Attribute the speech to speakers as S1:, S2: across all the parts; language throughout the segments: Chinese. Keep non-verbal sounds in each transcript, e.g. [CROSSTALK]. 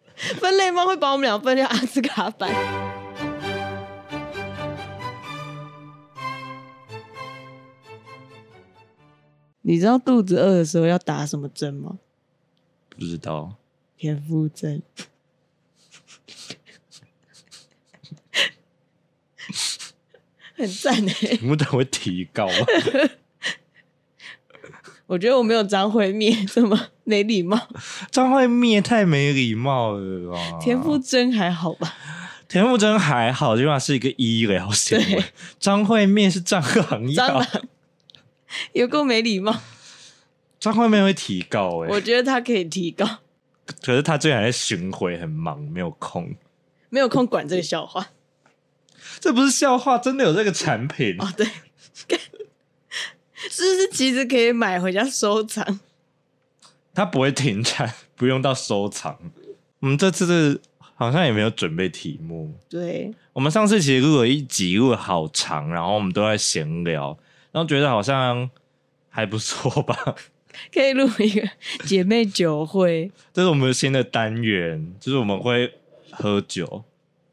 S1: [LAUGHS] 分类猫会把我们俩分成阿兹卡班。你知道肚子饿的时候要打什么针吗？
S2: 不知道，
S1: 田馥甄。 [LAUGHS] 很赞哎、
S2: 你们等会提高吗？
S1: 我觉得我没有张惠妹这么没礼貌，
S2: [LAUGHS] 张惠妹也太没礼貌了吧？
S1: 田馥甄还好吧？
S2: 田馥甄还好，起码是一个医疗行为。张惠妹是蟑螂
S1: 蟑
S2: 药，
S1: 螂有够没礼貌，
S2: 张惠妹会提高哎、
S1: 我觉得她可以提高，
S2: 可是她最近还在巡回，很忙，没有空。
S1: 没有空管这个笑话
S2: 这不是笑话，真的有这个产品，
S1: 哦。对， [LAUGHS] 是不是其实可以买回家收藏？
S2: 它不会停产，不用到收藏。我们这次是好像也没有准备题目，
S1: 对，
S2: 我们上次其实录了一集，录了好长，然后我们都在闲聊，然后觉得好像还不错吧。 [LAUGHS]
S1: 可以录一个姐妹酒会，
S2: 这是我们新的单元，就是我们会喝酒。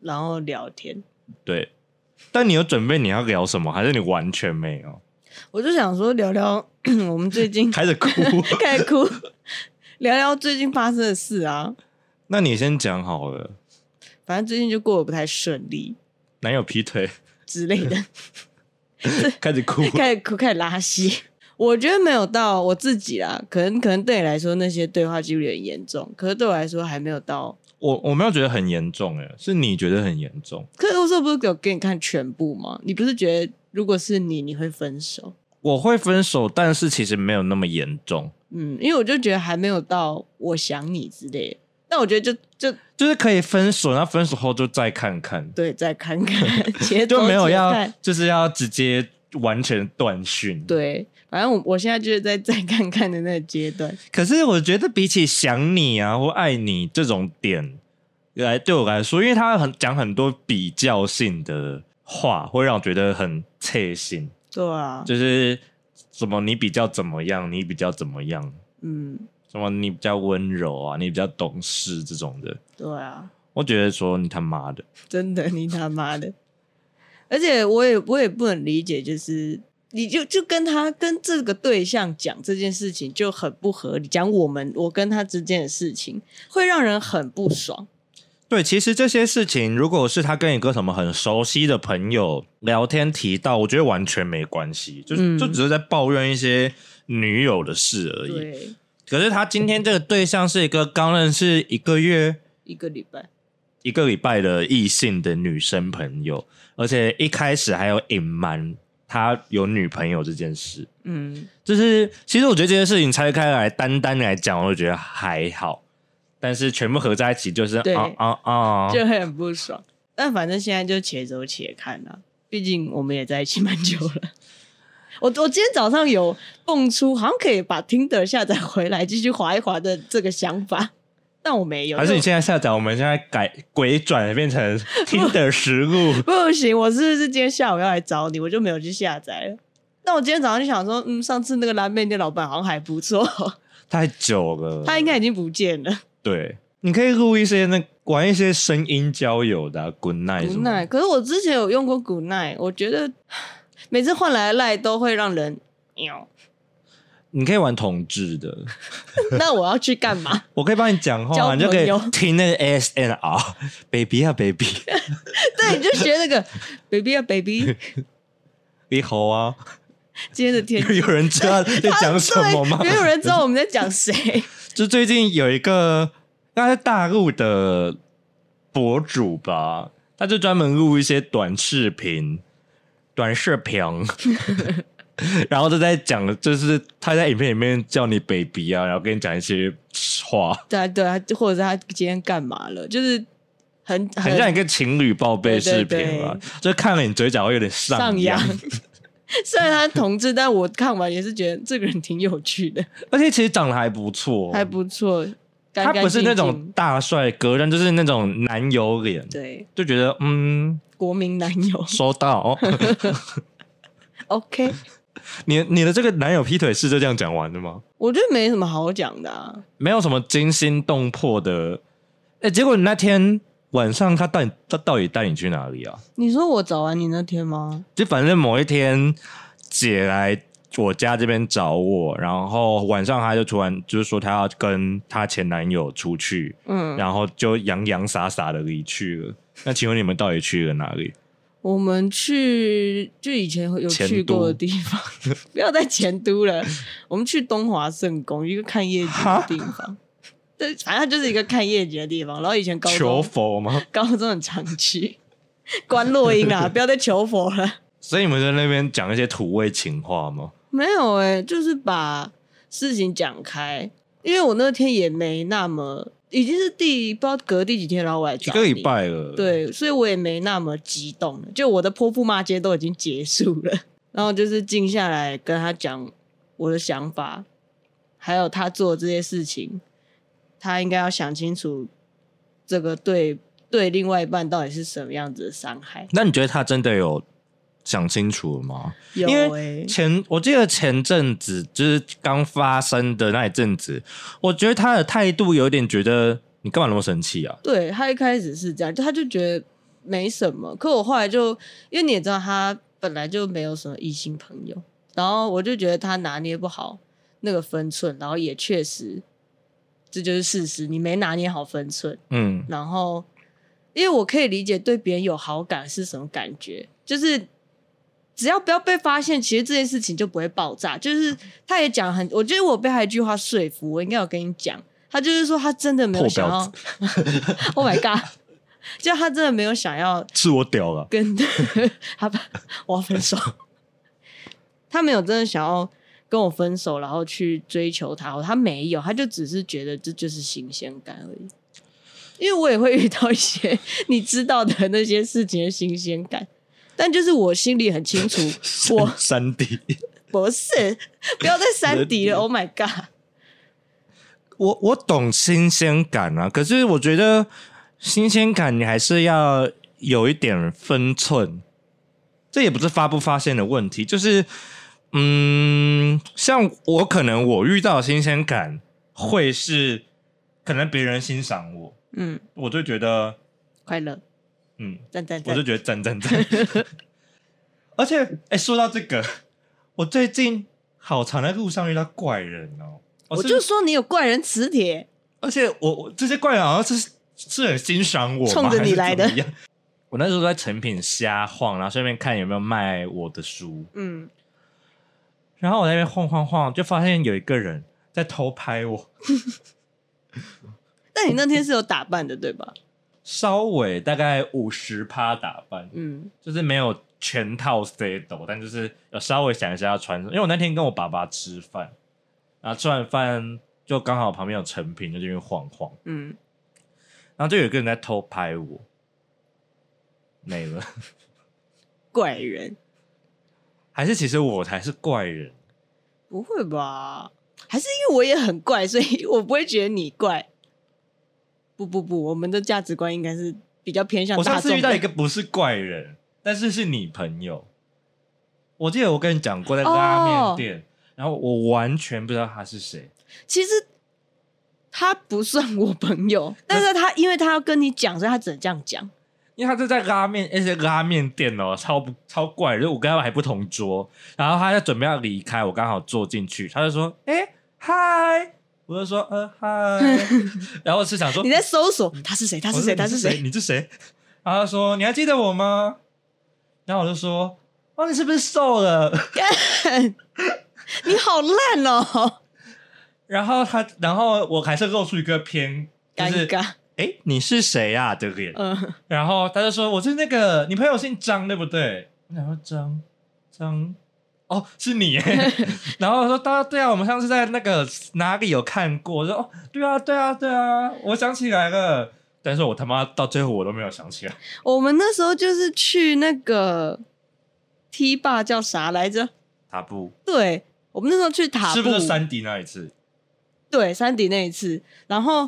S1: 然后聊天。
S2: 对，但你有准备你要聊什么，还是你完全没有？
S1: 我就想说聊聊 [COUGHS] 我们最
S2: [LAUGHS]
S1: 近
S2: 开始哭。
S1: 开始哭，聊聊最近发生的事啊。
S2: 那你先讲好了，
S1: 反正最近就过得不太顺利
S2: 男友劈腿，
S1: 之类的，
S2: 开始哭。
S1: 开始哭，开始拉稀。我觉得没有到我自己啦，可能可能对你来说那些对话记录有点严重，可是对我来说还没有到。
S2: 我我没有觉得很严重，哎，是你觉得很严重。
S1: 可是我说不是有给你看全部吗？你不是觉得如果是你，你会分手？
S2: 我会分手，但是其实没有那么严重，
S1: 嗯，因为我就觉得还没有到我想你之类的。但我觉得就就
S2: 就是可以分手，那分手后就再看看，
S1: 对，再看看，且
S2: [LAUGHS] 就没有要
S1: 看
S2: 就是要直接完全断讯。，
S1: 对，反正我我现在就是在再看看的那个阶段。
S2: 可是我觉得比起想你啊或爱你这种点来对我来说，因为他很讲很多比较性的话，会让我觉得很刺心，
S1: 对啊，
S2: 就是什么你比较怎么样，你比较怎么样，
S1: 嗯，
S2: 什么你比较温柔啊，你比较懂事这种的，
S1: 对啊，
S2: 我觉得说你他妈的，
S1: 真的，你他妈的！而且我也我也不能理解，就是你就就跟他跟这个对象讲这件事情就很不合理，讲我们我跟他之间的事情，会让人很不爽。
S2: 对，其实这些事情，如果是他跟一个什么很熟悉的朋友聊天提到，我觉得完全没关系，就是、
S1: 嗯
S2: 就只是在抱怨一些女友的事而已。
S1: 对，
S2: 可是他今天这个对象是一个刚认识一个月、
S1: 一个礼拜，
S2: 一个礼拜的异性的女生朋友，而且一开始还有隐瞒他有女朋友这件事。
S1: 嗯，
S2: 就是其实我觉得这件事情拆开来单单来讲，我觉得还好，但是全部合在一起就是
S1: 对
S2: 啊啊啊！
S1: 就很不爽。但反正现在就且走且看啦、毕竟我们也在一起蛮久了。我我今天早上有蹦出，好像可以把听的下载回来继续划一划的这个想法，但我没有。
S2: [LAUGHS] 还是
S1: 因为
S2: 你现在下载，我们现在改鬼转
S1: [LAUGHS]
S2: 变成听的实录，
S1: 不行，我是不是今天下午要来找你，我就没有去下载了。但我今天早上就想说，嗯，上次那个拉面店老板好像还不错，
S2: 太久了。
S1: 他应该已经不见了。
S2: 对，你可以录一些那玩一些声音交友的、啊、，Good night 什
S1: 古
S2: 么的
S1: 奈，可是我之前有用过古奈，我觉得每次换来的赖都会让人喵。
S2: 你可以玩同志的，
S1: 那我要去干嘛？ [LAUGHS]
S2: 我可以帮你讲
S1: 交
S2: 话，啊
S1: 朋
S2: 你就可以
S1: 友
S2: 听那个 S N R [LAUGHS] baby 啊 baby， [LAUGHS]
S1: 对，你就学那个 baby 啊 baby，
S2: 你好啊，
S1: 今天的天气
S2: 有人知道在 [LAUGHS] 讲什么吗
S1: [LAUGHS] 对，？没有人知道我们在讲谁。
S2: 就最近有一个，那是大陆的博主吧，他就专门录一些短视频、短视
S1: [LAUGHS]
S2: 频，然后就在讲，就是他在影片里面叫你 baby 啊，然后跟你讲一些话，
S1: 对啊，对啊，或者是他今天干嘛了？就是很
S2: 很像一个情侣报备视频吧，就看了你嘴角会有点上
S1: 上扬
S2: 扬。。
S1: [LAUGHS] 虽然他是同志，但我看完也是觉得这个人挺有趣的，
S2: 而且其实长得还不错，
S1: 还不错。干
S2: 哦他
S1: 干
S2: 不是那
S1: 净
S2: 种
S1: 净
S2: 大帅哥，但就是那种男友脸，
S1: 对
S2: 就觉得嗯，
S1: 国民男
S2: [LAUGHS]
S1: 友
S2: 收到。
S1: ，OK，
S2: 你你的这个男友劈腿是就这样讲完的吗？
S1: 我觉得没什么好讲的、啊。
S2: 没有什么惊心动魄的哎、结果你那天晚上他带你，他到底带你去哪里啊？
S1: 你说我找完你那天吗？
S2: 就反正某一天姐来我家这边找我，然后晚上她就突然就是说她要跟她前男友出去，
S1: 嗯，
S2: 然后就洋洋洒洒的离去了。那请问你们到底去了哪里？
S1: 我们去就以前有
S2: 前
S1: 去过的
S2: 都
S1: 地方， [LAUGHS] 不要再前都了。我们去东华圣宫，一个看夜景的地方。对，反正它就是一个看夜景的地方。然后以前高
S2: 求
S1: 中
S2: 佛吗？
S1: 高中很常去， [LAUGHS] 关落音 [LAUGHS] 啦，不要再求佛了。
S2: 所以你们在那边讲一些土味情话吗？
S1: 没有哎、就是把事情讲开，因为我那天也没那么，已经是第不知道隔第几天，然后我来
S2: 一
S1: 找
S2: 个
S1: 你
S2: 礼拜了，，
S1: 对，所以我也没那么激动了，就我的泼妇骂街都已经结束了， [LAUGHS] 然后就是静下来跟他讲我的想法，还有他做这些事情，他应该要想清楚这个对对另外一半到底是什么样子的伤害。
S2: 那你觉得他真的有想清楚了吗？
S1: 有欸
S2: 因
S1: 诶、
S2: 为前我记得前阵子就是刚发生的那一阵子，我觉得他的态度有点觉得你干嘛那么生气啊？
S1: 对他一开始是这样，就他就觉得没什么。可我后来就，因为你也知道，他本来就没有什么异性朋友，然后我就觉得他拿捏不好那个分寸，然后也确实，这就是事实，你没拿捏好分寸。
S2: 嗯，
S1: 然后，因为我可以理解对别人有好感是什么感觉，就是只要不要被发现，其实这件事情就不会爆炸。就是他也讲很，我觉得我被他一句话说服，我应该有跟你讲，他就是说他真的没有
S2: 破
S1: 想要
S2: 婊
S1: [LAUGHS] ，Oh my god，就他真的没有想要
S2: 是我屌了，
S1: 跟 [LAUGHS] 他把我要分手，他没有真的想要跟我分手，然后去追求他，他没有，他就只是觉得这就是新鲜感而已。因为我也会遇到一些你知道的那些事情的新鲜感，但就是我心里很清
S2: [LAUGHS]
S1: 楚，我
S2: 三 D，
S1: 不是不要再三底了。Oh my god！
S2: 我我懂新鲜感啊，可是我觉得新鲜感你还是要有一点分寸，这也不是发不发现的问题，就是嗯，像我可能我遇到的新鲜感会是可能别人欣赏我，
S1: 嗯，
S2: 我就觉得
S1: 快乐，
S2: 嗯，
S1: 赞赞
S2: 我
S1: 赞
S2: 就！觉得赞赞赞。 [LAUGHS] 而且，哎、说到这个，我最近好常在路上遇到怪人哦，
S1: 我
S2: 是
S1: 就说你有怪人磁铁，
S2: 而且我我这些怪人好像是是很欣赏我吗，
S1: 冲着你来的
S2: 还是怎么样。 [LAUGHS] 我那时候在成品瞎晃，然后顺便看有没有卖我的书，
S1: 嗯，
S2: 然后我在那边晃晃晃，就发现有一个人在偷拍我，
S1: 但你那天是有打扮的对吧？
S2: 稍微大概五十趴打扮，
S1: 嗯，
S2: 就是没有全套 stay 抖，但就是有稍微想一下要穿什么。因为我那天跟我爸爸吃饭，然后吃完饭就刚好旁边有成品，就这边晃晃，
S1: 嗯，
S2: 然后就有一个人在偷拍我，没了。
S1: 怪人。
S2: 还是其实我才是怪人？
S1: 不会吧？还是因为我也很怪，所以我不会觉得你怪。不不不，我们的价值观应该是比较偏向
S2: 我
S1: 大
S2: 上
S1: 众的。
S2: 次遇到一个不是怪人，但是是你朋友。我记得我跟你讲过，在拉面店，
S1: 哦
S2: 然后我完全不知道他是谁。
S1: 其实他不算我朋友，但是他因为他要跟你讲，所以他只能这样讲。
S2: 因为他就在拉面，而且拉面店哦，超不超怪，就是我跟他还不同桌，然后他就准备要离开，我刚好坐进去，他就说：“哎、嗨！”我就说：“呃，
S1: [LAUGHS]
S2: 嗨。”然后是想说
S1: 你在搜索他是谁？他
S2: 嗯我
S1: 是
S2: 说
S1: 谁？
S2: 你
S1: 他是谁？
S2: 你是谁？然后他说：“你还记得我吗？”然后我就说：“哦，你是不是瘦了？”
S1: 你好烂哦，
S2: 然后他，然后我还是露出一个偏就
S1: 尴
S2: 是
S1: 尬。
S2: 哎，你是谁啊？的脸。
S1: 嗯，
S2: 然后他就说：“我是那个你朋友姓张，对不对？”我想说张张。哦，是你
S1: [LAUGHS]
S2: 耶。然后我说，对啊，对啊，我们上次在那个哪里有看过。我说，哦，对啊，对啊，对啊，我想起来了。但是我他妈到最后我都没有想起来。
S1: 我们那时候就是去那个 T 坝叫啥来着？
S2: 塔布
S1: 对，我们那时候去塔布，
S2: 是不是山迪那一次？
S1: 对，山迪那一次，然后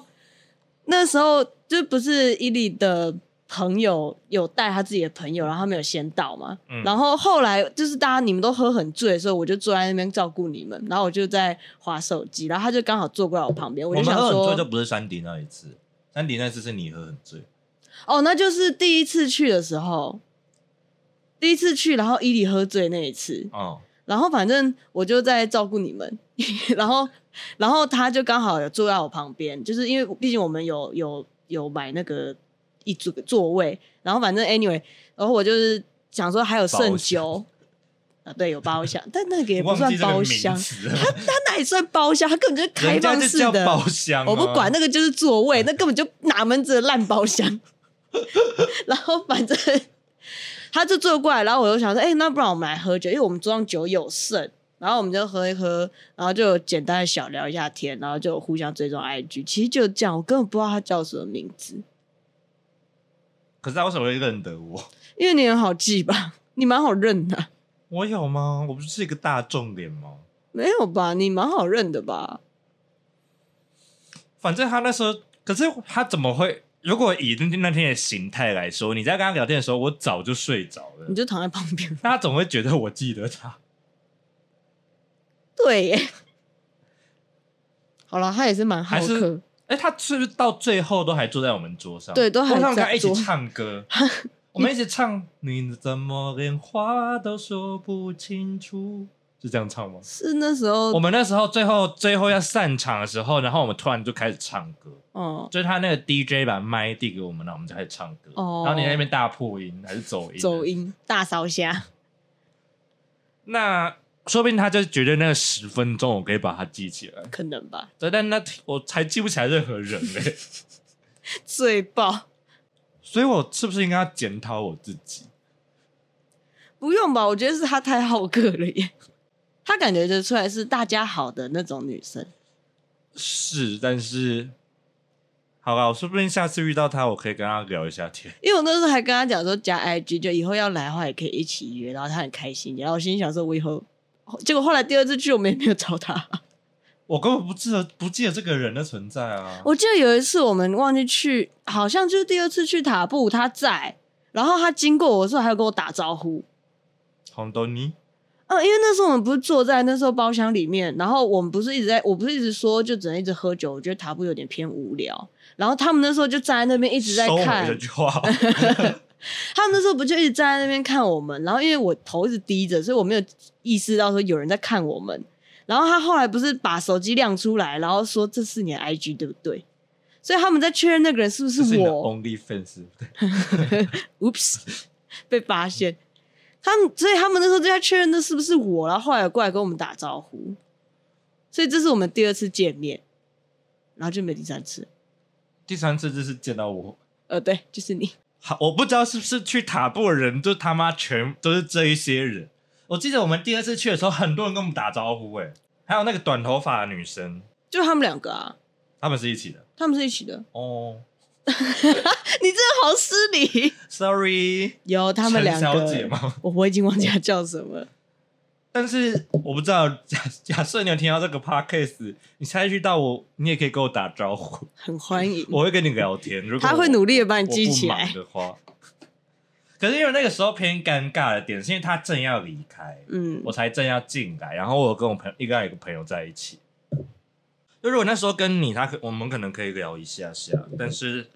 S1: 那时候就不是伊利的朋友有带他自己的朋友，然后他们有先到嘛，
S2: 嗯
S1: 然后后来就是大家你们都喝很醉的时候，我就坐在那边照顾你们，然后我就在划手机，然后他就刚好坐过来我旁边，我
S2: 我
S1: 就
S2: 们
S1: 想
S2: 喝很
S1: 说
S2: 醉就不是山迪那一次，山迪那次是你喝很醉，
S1: 哦，那就是第一次去的时候，第一次去，然后伊犁喝醉那一次，
S2: 哦，
S1: 然后反正我就在照顾你们， [LAUGHS] 然后然后他就刚好有坐在我旁边，就是因为毕竟我们有有有买那个一组座位，然后反正 anyway，然后我就是想说还有剩
S2: 包厢
S1: 酒。啊，对，有包厢，但那个也不
S2: 忘
S1: 算
S2: 记这个
S1: 包
S2: 名
S1: 厢，
S2: 词
S1: 他
S2: 了，
S1: 他哪里算包厢？他根本就是开
S2: 人家
S1: 放
S2: 就
S1: 式
S2: 叫
S1: 的，
S2: 包厢啊，哎
S1: 我不管，那个就是座位，那根本就哪门子的烂包厢。 [LAUGHS] 然后反正他就坐过来，然后我就想说，哎、那不然我们来喝酒，因为我们桌上酒有剩，然后我们就喝一喝，然后就简单的小聊一下天，然后就互相追踪 IG。其实就这样，我根本不知道他叫什么名字，
S2: 可是他为什么会认得我？
S1: 因为你很好记吧？你蛮好认的啊、 [LAUGHS]
S2: 我有吗？我不是一个大众脸吗？
S1: 没有吧？你蛮好认的吧？
S2: 反正他那时候，可是他怎么会？如果以那那天的形态来说，你在跟他聊天的时候，我早就睡着了
S1: 你，就躺在旁边，
S2: 那他总会觉得我记得他。
S1: 对耶。好了，他也是蛮好
S2: 还是
S1: 客，
S2: 哎、他是不是到最后都还坐在我们桌上？
S1: 对都还
S2: 我
S1: 在
S2: 们跟他一起
S1: 桌
S2: 唱歌， [LAUGHS] 我们一起唱。你怎么连话都说不清楚？是这样唱吗？
S1: 是那时候
S2: 我，们那时候最后最后要散场的时候，然后我们突然就开始唱歌，
S1: 嗯，
S2: 就是他那个 DJ 把麦递给我们，然后我们就开始唱歌。
S1: 哦
S2: 然后你在那边大破音还是走音？
S1: 走。音大烧虾。
S2: 那说不定他就觉得那个十分钟我可以把它记起来，
S1: 可能吧，
S2: 对，但那我才记不起来任何人欸嘞、
S1: 最爆。
S2: [LAUGHS] 所以我是不是应该要检讨我自己？
S1: 不用吧，我觉得是她太好客了耶。她感觉得出来是大家好的那种女生，
S2: 是，但是好了，我说不定下次遇到他，我可以跟他聊一下天。
S1: 因为我那时候还跟她讲说加 IG，就以后要来的话也可以一起约，然后她很开心。然后我心里想说，我以后，结果后来第二次去我们也没有找她。
S2: 我根本不记得不记得这个人的存在啊！
S1: 我记得有一次我们忘记去，好像就是第二次去塔布，她在，然后她经过我的时候还有跟我打招呼，
S2: 红豆泥，
S1: 嗯，因为那时候我们不是坐在那时候包厢里面，然后我们不是一直在，我不是一直说就只能一直喝酒，我觉得塔布有点偏无聊。然后他们那时候就站在那边一直在
S2: 收回
S1: 看
S2: 这，句话。
S1: [LAUGHS] 他们那时候不就一直站在那边看我们？然后因为我头一直低着，所以我没有意识到说有人在看我们。然后他后来不是把手机亮出来，然后说这是你的 IG 对不对？所以他们在确认那个人是不
S2: [LAUGHS] 这是你的
S1: 我。
S2: Only Fans，
S1: Oops，被 [LAUGHS] 发现。他们，所以他们那时候就在确认那是不是我，然后后来有过来跟我们打招呼，所以这是我们第二次见面，然后就没第三次。
S2: 第三次就是见到我。
S1: 呃，对，就是你，
S2: 好，我不知道是不是去塔布的人，就他妈全都是这一些人。我记得我们第二次去的时候，很多人跟我们打招呼、欸，哎，还有那个短头发的女生，
S1: 就他们两个啊，
S2: 他们是一起的。
S1: 他们是一起的。
S2: 哦、
S1: [LAUGHS] 你真的好失礼。
S2: s o r r y
S1: 有他们两
S2: 小姐
S1: 个，
S2: 吗？
S1: 我我已经忘记他叫什么了。
S2: 但是我不知道，假假设你有听到这个 podcast，你下次遇到我，你也可以跟我打招呼，
S1: 很欢迎，
S2: 我会跟你聊天。如果
S1: 他会努力的把
S2: 力
S1: 你记起来。
S2: 的话，可是因为那个时候偏尴尬的点，是因为他正要离开，
S1: 嗯
S2: 我，才正要进来，然后我有跟我朋友一个一个朋友在一起。就如果那时候跟你，他可我们可能可以聊一下下，但是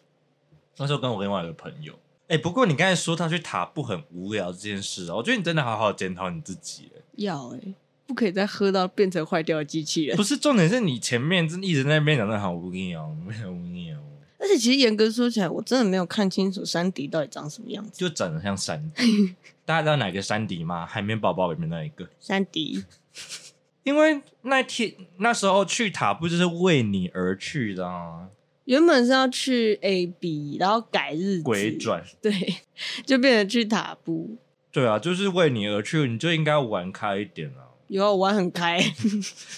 S2: 那时候跟我另外一个朋友，哎、不过你刚才说他去塔布很无聊这件事啊，我觉得你真的好好检讨你自己、欸。
S1: 要哎、不可以再喝到变成坏掉的机器人
S2: 不。是重点是你前面真的一直在那边讲的好无聊，没有无聊，
S1: 而且其实严格说起来，我真的没有看清楚山迪到底长什么样子。
S2: 就长得像山迪。大家知道哪个山迪吗？海绵宝宝里面那一个。
S1: 山迪，
S2: 因为那天那时候去塔布就是为你而去的、啊，
S1: 原本是要去 A B，然后改日子
S2: 鬼，转。
S1: 对， [LAUGHS] 就变成去塔布。
S2: 对啊，就是为你而去，你就应该玩开一点啊。
S1: 有啊我玩很开， [LAUGHS]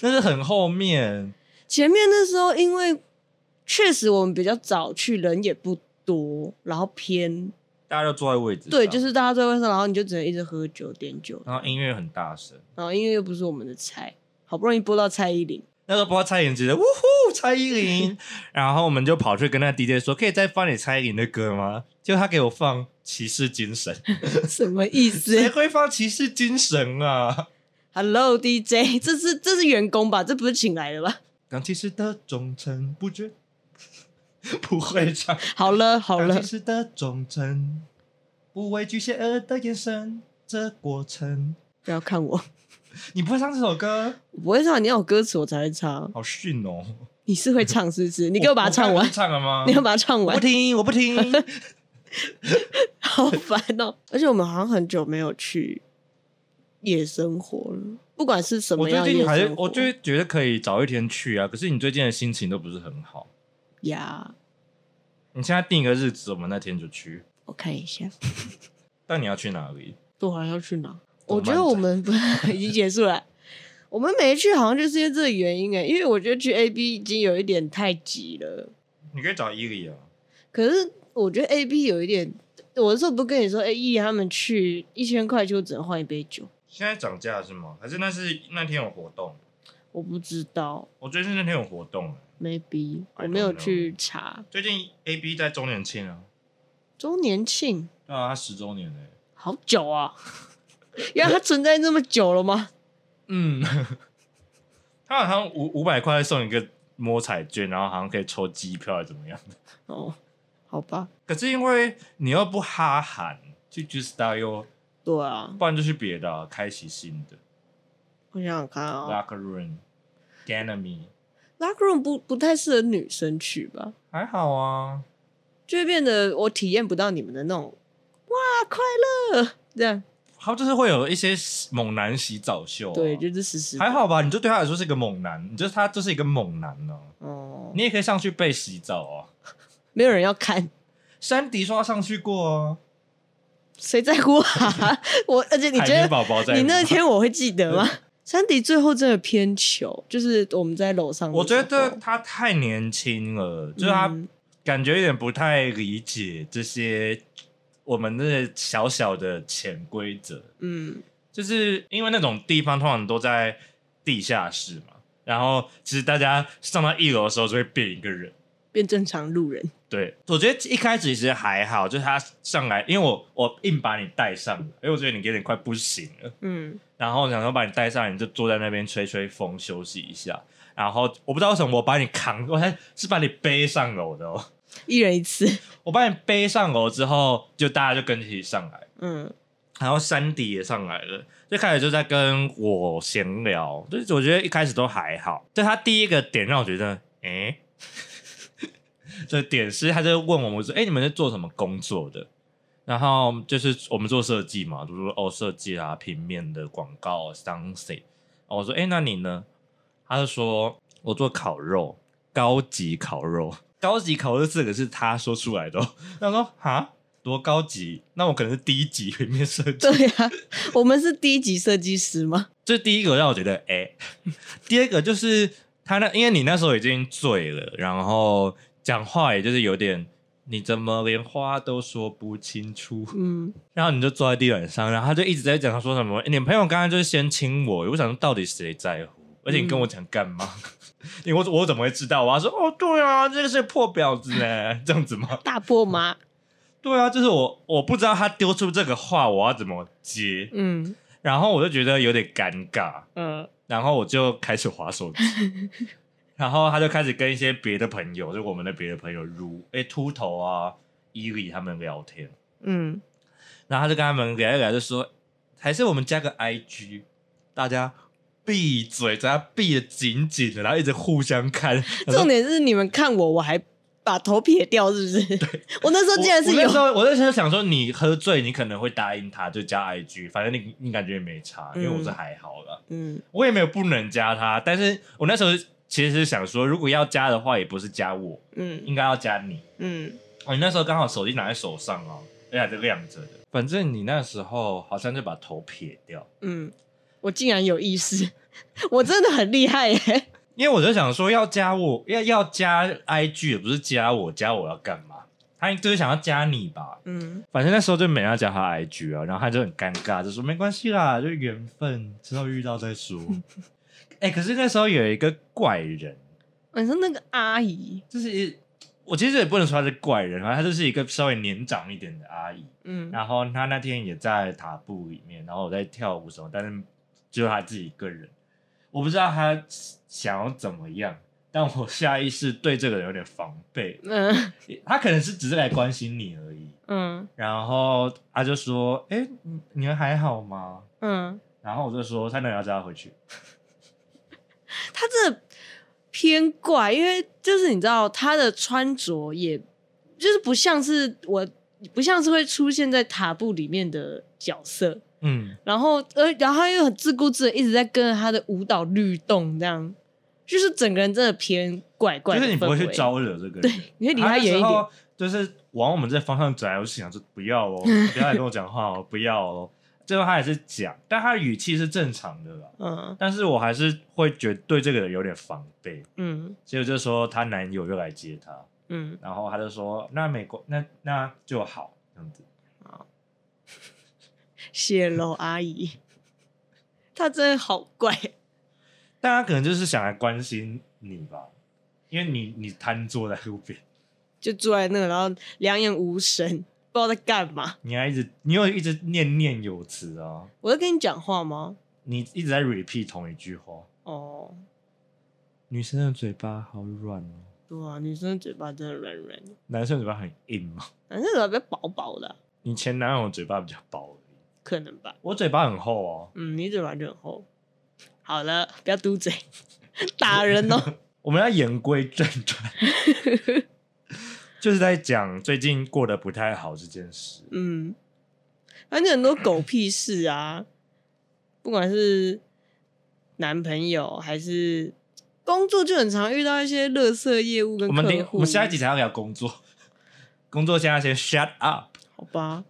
S2: 但是很后面，
S1: 前面那时候因为确实我们比较早去，人也不多，然后偏
S2: 大家都坐在位置上，
S1: 对，就是大家在外上，然后你就只能一直喝酒点酒，
S2: 然后音乐很大声。
S1: 然后因为又不是我们的菜，好不容易播到蔡依林， [LAUGHS]
S2: 那时候播蔡依林，直接呜呼蔡依林，然后我们就跑去跟那 DJ 说，可以再放点蔡依林的歌吗？结果他给我放《骑士
S1: [LAUGHS]
S2: 精神》，
S1: 什么意
S2: 谁
S1: 思
S2: [LAUGHS] 会放《骑士精神》啊？
S1: ？Hello DJ，这是这是员工吧？这不是请来的吧？
S2: 当骑士的忠诚不绝，不会唱。
S1: 好了好
S2: 好
S1: 了，
S2: 时的忠诚，不畏惧邪恶的眼神，这过程。
S1: 不要看我，
S2: 你不会唱这首歌，
S1: 我不会唱，你要有歌词我才会唱。
S2: 好逊哦！
S1: 你是会唱是不是？你给我把它唱
S2: 我
S1: 完
S2: 刚刚，唱了吗？
S1: 你要把它唱
S2: 我
S1: 完
S2: 不，听，我不
S1: [LAUGHS]
S2: 听。
S1: 好烦哦！ [LAUGHS] 而且我们好像很久没有去夜生活了，不管是什
S2: 我
S1: 么样的
S2: 最近
S1: 夜
S2: 还是
S1: 生活，
S2: 我最近觉得可以早一天去啊，可是你最近的心情都不是很好。
S1: 呀，
S2: 你现在定一个日子，我们那天就去。
S1: 我看一下，但
S2: 但你要去哪里？
S1: 我啊还要去哪？
S2: 动漫
S1: 我觉得我们不 [LAUGHS] 已经结束了。我们没去，好像就是因为这个原因哎，因为我觉得去 A B 已经有一点太急了。
S2: 你可以找伊利啊。
S1: 可是我觉得 A B 有一点，我那时候不跟你说，哎、E 他们去一千块就只能换一杯酒，
S2: 现在涨价是吗？还是那是那天有活动？
S1: 我不知道
S2: 我最近那天有活动，
S1: ，maybe
S2: I don't
S1: 我没有去查
S2: 最近 A B 在周年庆啊，
S1: 周年庆，
S2: 对啊，他十周年嘞、
S1: 好久啊， [LAUGHS] 原来它存在这么久了吗？
S2: 嗯， [LAUGHS] 他好像五五百块送一个摸彩券，然后好像可以抽机票，还是怎么样的？
S1: 哦，好吧，
S2: 可是因为你又不哈韩，去 G Star 又，
S1: 对啊，
S2: 不然就去别的啊、开启新的
S1: 我想想看啊
S2: Locker Room、d e n e m y
S1: ，Lock Room 不不太适合女生去吧，
S2: 还好啊。
S1: 就会变得我体验不到你们的那种哇快乐这样，
S2: 他就是会有一些猛男洗澡秀、啊，
S1: 对，就是实时
S2: 还好吧。你就对他来说是一个猛男，你就是他就是一个猛男呢、
S1: 哦，
S2: 你也可以上去被洗澡啊。
S1: 没有人要看。
S2: 山迪说他上去过啊，
S1: 谁在乎啊？ [LAUGHS] 我而且你
S2: 海
S1: 觉
S2: 绵
S1: 得
S2: 宝宝在。
S1: 你那天我会记得吗？山迪最后真的偏球，就是我们在楼上的时候，
S2: [LAUGHS] 我觉得他太年轻了，就是他
S1: 嗯
S2: 感觉有点不太理解这些我们那些小小的潜规则，
S1: 嗯
S2: 就是因为那种地方通常都在地下室嘛，然后其实大家上到一楼的时候就会变一个人。
S1: 变正常路人，
S2: 对，我觉得一开始其实还好，就是他上来，因为我我硬把你带上了，因为我觉得你有点快不行了。
S1: 嗯，
S2: 然后想说把你带上来，你就坐在那边吹吹风休息一下。然后我不知道为什么我把你扛，我还是把你背上楼的哦。
S1: 一人一次，
S2: 我把你背上楼之后，就大家就跟着一起上来，
S1: 嗯，
S2: 然后山迪也上来了，最开始就在跟我闲聊，就是我觉得一开始都还好。就他第一个点让我觉得，诶，这点是他就问我们说，诶，你们是做什么工作的？然后就是我们做设计嘛，就说哦设计啊，平面的广告 something。然后我说，诶，那你呢？他就说我做烤肉，高级烤肉，高级烤肉这个是他说出来的、哦。 [LAUGHS] 他说哈，多高级？那我可能是低级平面设计。
S1: [LAUGHS] 对啊，我们是低级设计师吗？
S2: 这第一个让我觉得哎、 [LAUGHS] 第二个就是他那，因为你那时候已经醉了，然后讲话也就是有点，你怎么连话都说不清楚？ [LAUGHS]
S1: 嗯，
S2: 然后你就坐在地板上，然后他就一直在讲他说什么，哎诶你朋友刚刚就是先亲我，我想说到底谁在乎？而且你跟我讲干嘛？ [LAUGHS] 你我我怎么会知道？我要说哦，对啊，这个是破婊子呢， [LAUGHS] 这样子吗？
S1: 大波吗？
S2: 对啊，就是我我不知道他丢出这个话，我要怎么接？
S1: 嗯
S2: 然后我就觉得有点尴尬。
S1: 呃，
S2: 然后我就开始划手机， [LAUGHS] 然后他就开始跟一些别的朋友，就我们的别的朋友如诶秃头啊、伊利他们聊天，
S1: 嗯，
S2: 然后他就跟他们聊一聊，就说还是我们加个 IG，大家闭嘴，大家闭得紧紧的，然后一直互相
S1: [LAUGHS]
S2: 看。
S1: 重点是你们看我，我还把头撇掉，是不是？ [LAUGHS] 我那时候竟然是
S2: 我我那时
S1: 有，
S2: 候我那时候想说，你喝醉，你可能会答应他就加 IG，反正你你感觉也没差，因为我是
S1: 嗯
S2: 还好啦。
S1: 嗯
S2: 我也没有不能加他，但是我那时候其实是想说，如果要加的话，也不是加我，
S1: 嗯
S2: 应该要加你。
S1: 嗯，
S2: 哦，你那时候刚好手机拿在手上哦，而且还是亮着的。反正你那时候好像就把头撇掉，
S1: 嗯，我竟然有意识，我真的很厉害耶、
S2: 因为我就想说要加我，要要加 IG，也不是加我，加我要干嘛？他就是想要加你吧，
S1: 嗯，
S2: 反正那时候就没人要加他 IG 啊，然后他就很尴尬，就说没关系啦，就是缘分，之后遇到再说。哎、可是那时候有一个怪人，
S1: 你说那个阿姨，
S2: 就是我其实也不能说他是怪人，反正他就是一个稍微年长一点的阿姨。
S1: 嗯
S2: 然后他那天也在塔布里面，然后我在跳舞什么，但是就是他自己一个人，我不知道他想要怎么样，但我下意识对这个有点防备。
S1: 嗯
S2: 他可能是只是来关心你而已，
S1: 嗯
S2: 然后他就说：“哎、你你们还好吗
S1: 嗯，？”
S2: 然后我就说：“他能要叫他回去。
S1: 他这偏怪，因为就是你知道他的穿着也，就是不像是我，不像是会出现在塔布里面的角色。”
S2: 嗯，
S1: 然后呃，然后他又很自顾自的一直在跟着他的舞蹈律动，这样就是整个人真的偏怪怪
S2: 就
S1: 的
S2: 是你不会去
S1: 氛围
S2: 招惹这个人，
S1: 你会离他远一点。。
S2: 就是往我们这方向走来，我就想说不
S1: [LAUGHS]
S2: 要哦，不要来跟我讲话哦，不要哦。最后他还是讲，但他的语气是正常的啦。
S1: 嗯
S2: 但是我还是会觉得对这个人有点防备，
S1: 嗯
S2: 所以我就说她男友又来接她，
S1: 嗯，
S2: 然后她就说那美国那那就好这样子，
S1: 谢喽阿姨，她真的好怪。
S2: 但她可能就是想来关心你吧，因为你你瘫坐在路边，
S1: 就坐在那，然后两眼无神，不知道在干嘛。
S2: 你还一直你又一直念念有词啊，
S1: 我在跟你讲话吗？
S2: 你一直在 repeat 同一句话，
S1: 哦，
S2: 女生的嘴巴好软哦，
S1: 对啊，女生嘴巴真的软软的，
S2: 男生的嘴巴很硬嘛，
S1: 男生嘴巴比较薄薄的啊、
S2: 你前男友嘴巴比较薄而已，
S1: 可能吧。
S2: 我嘴巴很厚哦，
S1: 嗯，你嘴巴就很厚。好了，不要嘟嘴，打人
S2: [LAUGHS]
S1: 哦。
S2: 我们要言归正传，就是在讲最近过得不太好这件事。
S1: 嗯，反正很多狗屁事啊，不管是男朋友还是工作，就很常遇到一些垃圾业务跟
S2: 我们
S1: 客
S2: 等
S1: 户。
S2: 我们下一集才要聊工作，工作现在先 shut up。
S1: 好吧。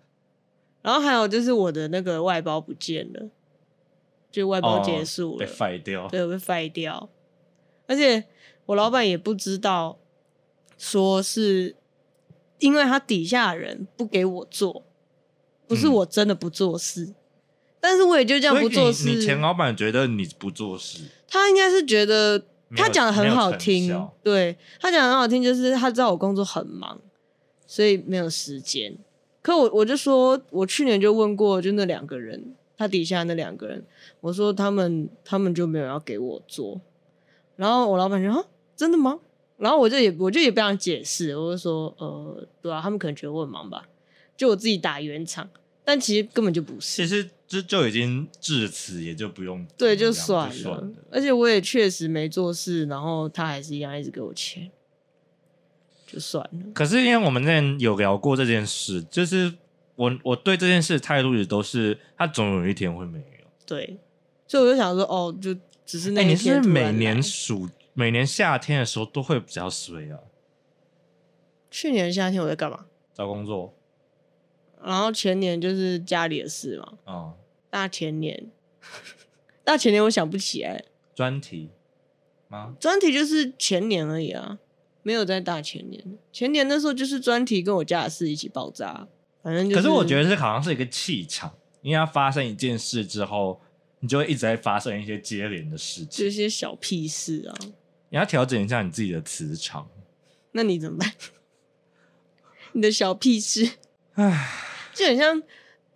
S1: 然后还有就是我的那个外包不见了，就外包
S2: 哦
S1: 结束了，
S2: 被 f 掉。
S1: 对，被 f 掉。而且我老板也不知道，说是因为他底下人不给我做，不是
S2: 嗯
S1: 我真的不做事，但是我也就这样
S2: 所以
S1: 不做
S2: 你你
S1: 事。
S2: 前老板觉得你不做事，
S1: 他应该是觉得
S2: 没有
S1: 他讲的很好
S2: 没有
S1: 听
S2: 成效，
S1: 对他讲得很好听，就是他知道我工作很忙，所以没有时间。可我我就说，我去年就问过，就那两个人，他底下那两个人，我说他们他们就没有要给我做，然后我老板说啊，真的吗？然后我就也我就也不想解释，我就说呃，对啊，他们可能觉得我很忙吧，就我自己打圆场，但其实根本就不是。
S2: 其实这就已经至此，也就不用
S1: 对，就
S2: 嗯就
S1: 算了。
S2: 算了。
S1: 而且我也确实没做事，然后他还是一样一直给我钱，就算了。
S2: 可是因为我们之前有聊过这件事，就是我我对这件事的态度也都是，他总有一天会没有。
S1: 对，所以我就想说，哦，就只是那
S2: 哎、你
S1: 一
S2: 是
S1: 天
S2: 不
S1: 突然
S2: 是每
S1: 来
S2: 年暑、每年夏天的时候都会比较衰啊，
S1: 去年夏天我在干嘛？
S2: 找工作
S1: 然后前年就是家里的事嘛，
S2: 啊，
S1: 大前年，大前年我想不起来，
S2: 专、题吗？
S1: 专题就是前年而已啊，没有在大前年。前年那时候就是专题跟我家的事一起爆炸，反正就
S2: 可是我觉
S1: 得
S2: 得这好像是一个气场，因为它发生一件事之后，你就会一直在发生一些接连的事情，
S1: 这些小屁事啊，
S2: 你要调整一下你自己的磁场。
S1: 那你怎么办？ [LAUGHS] 你的小屁事
S2: 唉，
S1: [LAUGHS] 就很像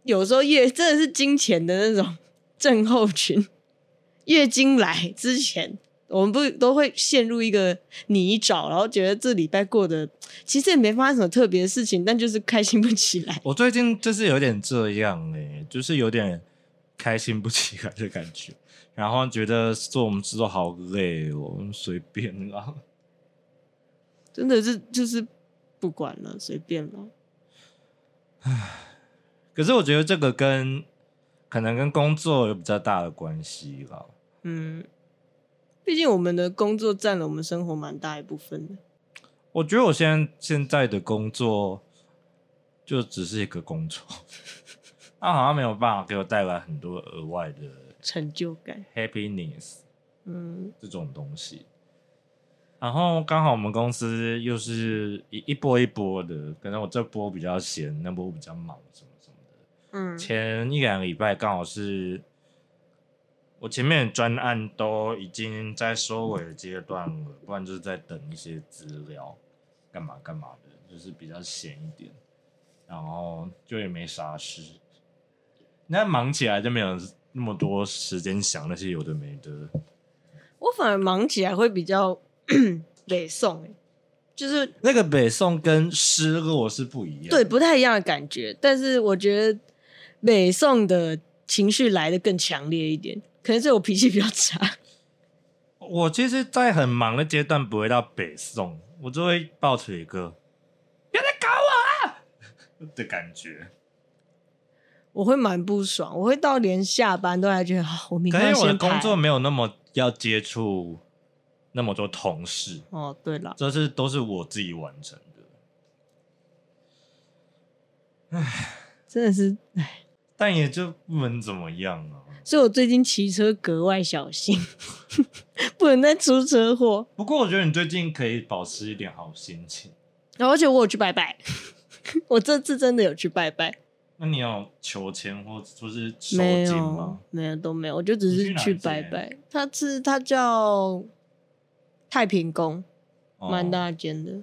S1: 有时候月真的是金钱的那种 [LAUGHS] 症候群，月经来之前。我们不都会陷入一个泥沼，然后觉得这礼拜过得其实也没发生什么特别的事情，但就是开心不起来。
S2: 我最近就是有点这样哎、就是有点开心不起来的感觉，然后觉得做我们事都好累哦，随便啦。
S1: 真的是就是不管了，随便了。
S2: 可是我觉得这个跟可能跟工作有比较大的关系啦。
S1: 嗯，毕竟我们的工作占了我们生活蛮大一部分的。
S2: 我觉得我现在现在的工作就只是一个工作， [LAUGHS] 它好像没有办法给我带来很多额外的
S1: 成就感。
S2: happiness
S1: 嗯
S2: 这种东西。然后刚好我们公司又是一一波一波的，可能我这波比较闲，那波比较忙，什么什么的。
S1: 嗯
S2: 前一两个礼拜刚好是我前面的专案都已经在收尾的阶段了，不然就是在等一些资料，干嘛干嘛的，就是比较闲一点，然后就也没啥事。那忙起来就没有那么多时间想那些有的没的，
S1: 我反而忙起来会比较北宋、欸，就是
S2: 那个北宋跟失落是不一样。
S1: 对，不太一样的感觉。但是我觉得北宋的情绪来的更强烈一点，可能是我脾气比较差。
S2: 我其实，在很忙的阶段不会到北宋，我就会抱持一个“不要再搞我啊” [LAUGHS] 的感觉。
S1: 我会蛮不爽，我会到连下班都还觉得啊，我明
S2: 可
S1: 天要
S2: 是我的
S1: 先
S2: 工
S1: 排
S2: 作没有那么要接触那么多同事，
S1: 哦，对了，
S2: 这是都是我自己完成的。
S1: 真的是，
S2: 但也就不能怎么样啊。
S1: 所以我最近骑车格外小心， [LAUGHS] 不能再出车祸。
S2: 不过我觉得你最近可以保持一点好心情。
S1: 然后而且我有去拜拜， [LAUGHS] 我这次真的有去拜拜，
S2: 那你有求签或或是收
S1: 没
S2: 金
S1: 有
S2: 吗？，
S1: 没有都没有，我就只
S2: 你
S1: 是
S2: 去哪
S1: 去
S2: 一间
S1: 拜拜。它是它叫太平宫，
S2: 哦
S1: 蛮大间的。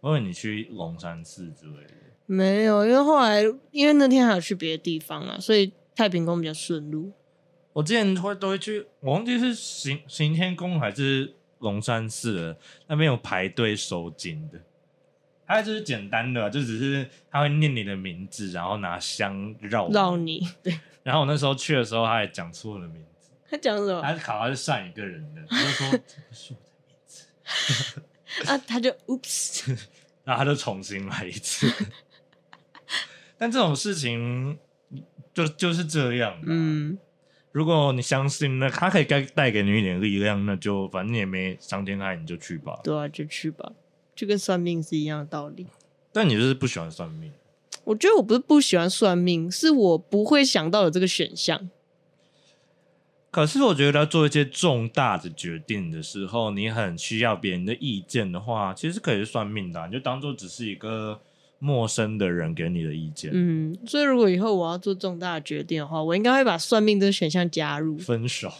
S2: 我以为你去龙山寺之类的。
S1: 没有，因为后来因为那天还有去别的地方啊，所以太平宫比较顺路。
S2: 我之前会都会去，我忘记是行行天宫还是龙山寺了，那边有排队收金的。还有就是简单的啊，就只是他会念你的名字，然后拿香绕你。
S1: 绕你， [LAUGHS] 对
S2: 然后我那时候去的时候，他也讲错了名字，
S1: 他讲什么
S2: 他考他是算一个人 [LAUGHS] 的，他就说这不是我的名字，
S1: 啊？他就 oops， [LAUGHS]
S2: 然后他就重新来一 [LAUGHS] 次。但这种事情就就是这样、啊，嗯。
S1: 嗯，
S2: 如果你相信那他可以带带给你一点力量，那就反正你也没伤天害，你就去吧。
S1: 对啊，就去吧，就跟算命是一样的道理。
S2: 但你就是不喜欢算命，
S1: 我觉得我不是不喜欢算命，是我不会想到有这个选项。
S2: 可是我觉得做一些重大的决定的时候，你很需要别人的意见的话，其实可以算命的啊、你就当做只是一个陌生的人给你的意见。
S1: 嗯，所以如果以后我要做重大的决定的话，我应该会把算命这个选项加入。
S2: 分手
S1: 哦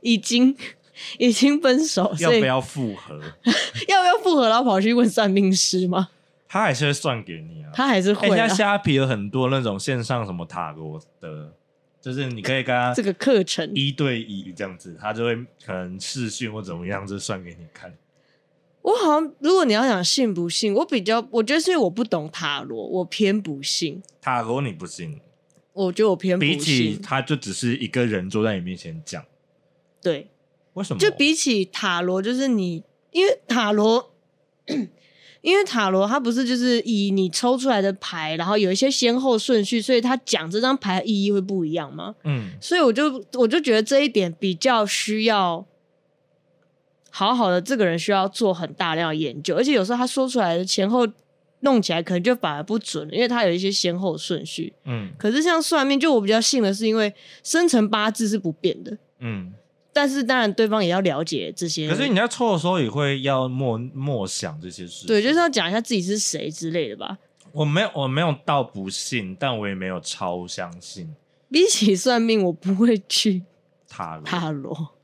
S1: 已经 [LAUGHS] 已经分手，
S2: 要
S1: 所以
S2: 不要
S1: [LAUGHS]
S2: 复合？
S1: 要不要复合，然后跑去问算命师吗？
S2: 他还是会算给你啊。
S1: 他还是
S2: 哎、
S1: 会、
S2: 现在
S1: 啊
S2: 虾皮有很多那种线上什么塔罗的，就是你可以跟他
S1: 这个课程。
S2: 一对一这样子，他就会可能视讯或怎么样，就算给你看。
S1: 我好像如果你要想信不信，我比较我觉得是因为我不懂塔罗，我偏不信。
S2: 塔罗你不信，
S1: 我觉得我偏不
S2: 比起
S1: 信，
S2: 他就只是一个人坐在你面前讲，
S1: 对，
S2: 为什么？
S1: 就比起塔罗，就是你因为塔罗。 [COUGHS] 因为塔罗它不是就是以你抽出来的牌，然后有一些先后顺序，所以它讲这张牌的意义会不一样吗？
S2: 嗯，
S1: 所以我就我就觉得这一点比较需要好好的这个人需要做很大量的研究，而且有时候他说出来的前后弄起来可能就反而不准了，因为他有一些先后顺序。
S2: 嗯
S1: 可是像算命，就我比较信的是，因为生辰八字是不变的，
S2: 嗯，
S1: 但是当然对方也要了解这些。
S2: 可是你在抽的时候也会要默默想这些事。
S1: 对，就是要讲一下自己是谁之类的吧。
S2: 我没有我没有到不信，但我也没有超相信
S1: 比起算命，我不会去
S2: 塔罗。
S1: 塔罗，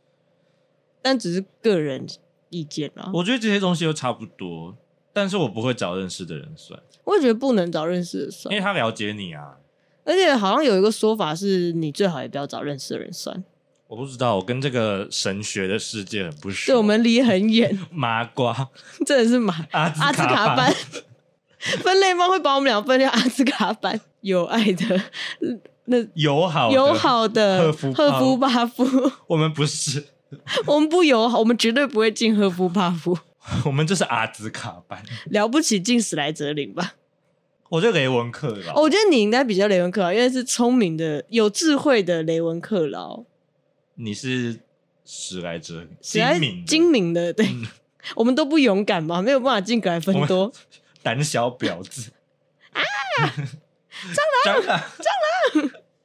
S1: 但只是个人意见啊啦。
S2: 我觉得这些东西都差不多，但是我不会找认识的人算，
S1: 我也觉得不能找认识的算
S2: 因为。他了解你啊。
S1: 而且好像有一个说法是，你最好也不要找认识的人算，
S2: 我不知道，我跟这个神学的世界很不熟。
S1: 对我们离很远， [LAUGHS]
S2: 麻瓜
S1: 真的是马
S2: 阿
S1: 阿兹卡班 [LAUGHS] 分类吗？会把我们俩分掉阿兹卡班， [LAUGHS] 有爱的，那
S2: 友好的
S1: 友，好的
S2: 赫夫
S1: 赫夫巴夫，
S2: 我们不是，
S1: 我们不友好，我们绝对不会进赫夫巴夫，
S2: 我们就是阿兹卡班。
S1: 了不起进史莱哲林吧。
S2: 我就雷文克劳，
S1: 哦我觉得你应该比较雷文克劳，因为是聪明的、有智慧的雷文克劳，
S2: 你是史莱哲林
S1: 史莱
S2: 精明的
S1: 精明的，对。
S2: 嗯
S1: [LAUGHS] 我们都不勇敢嘛，没有办法进格莱
S2: 我
S1: 芬
S2: 们
S1: 多。
S2: [LAUGHS] 胆小婊子 [LAUGHS] 啊！蟑螂，蟑螂， [LAUGHS]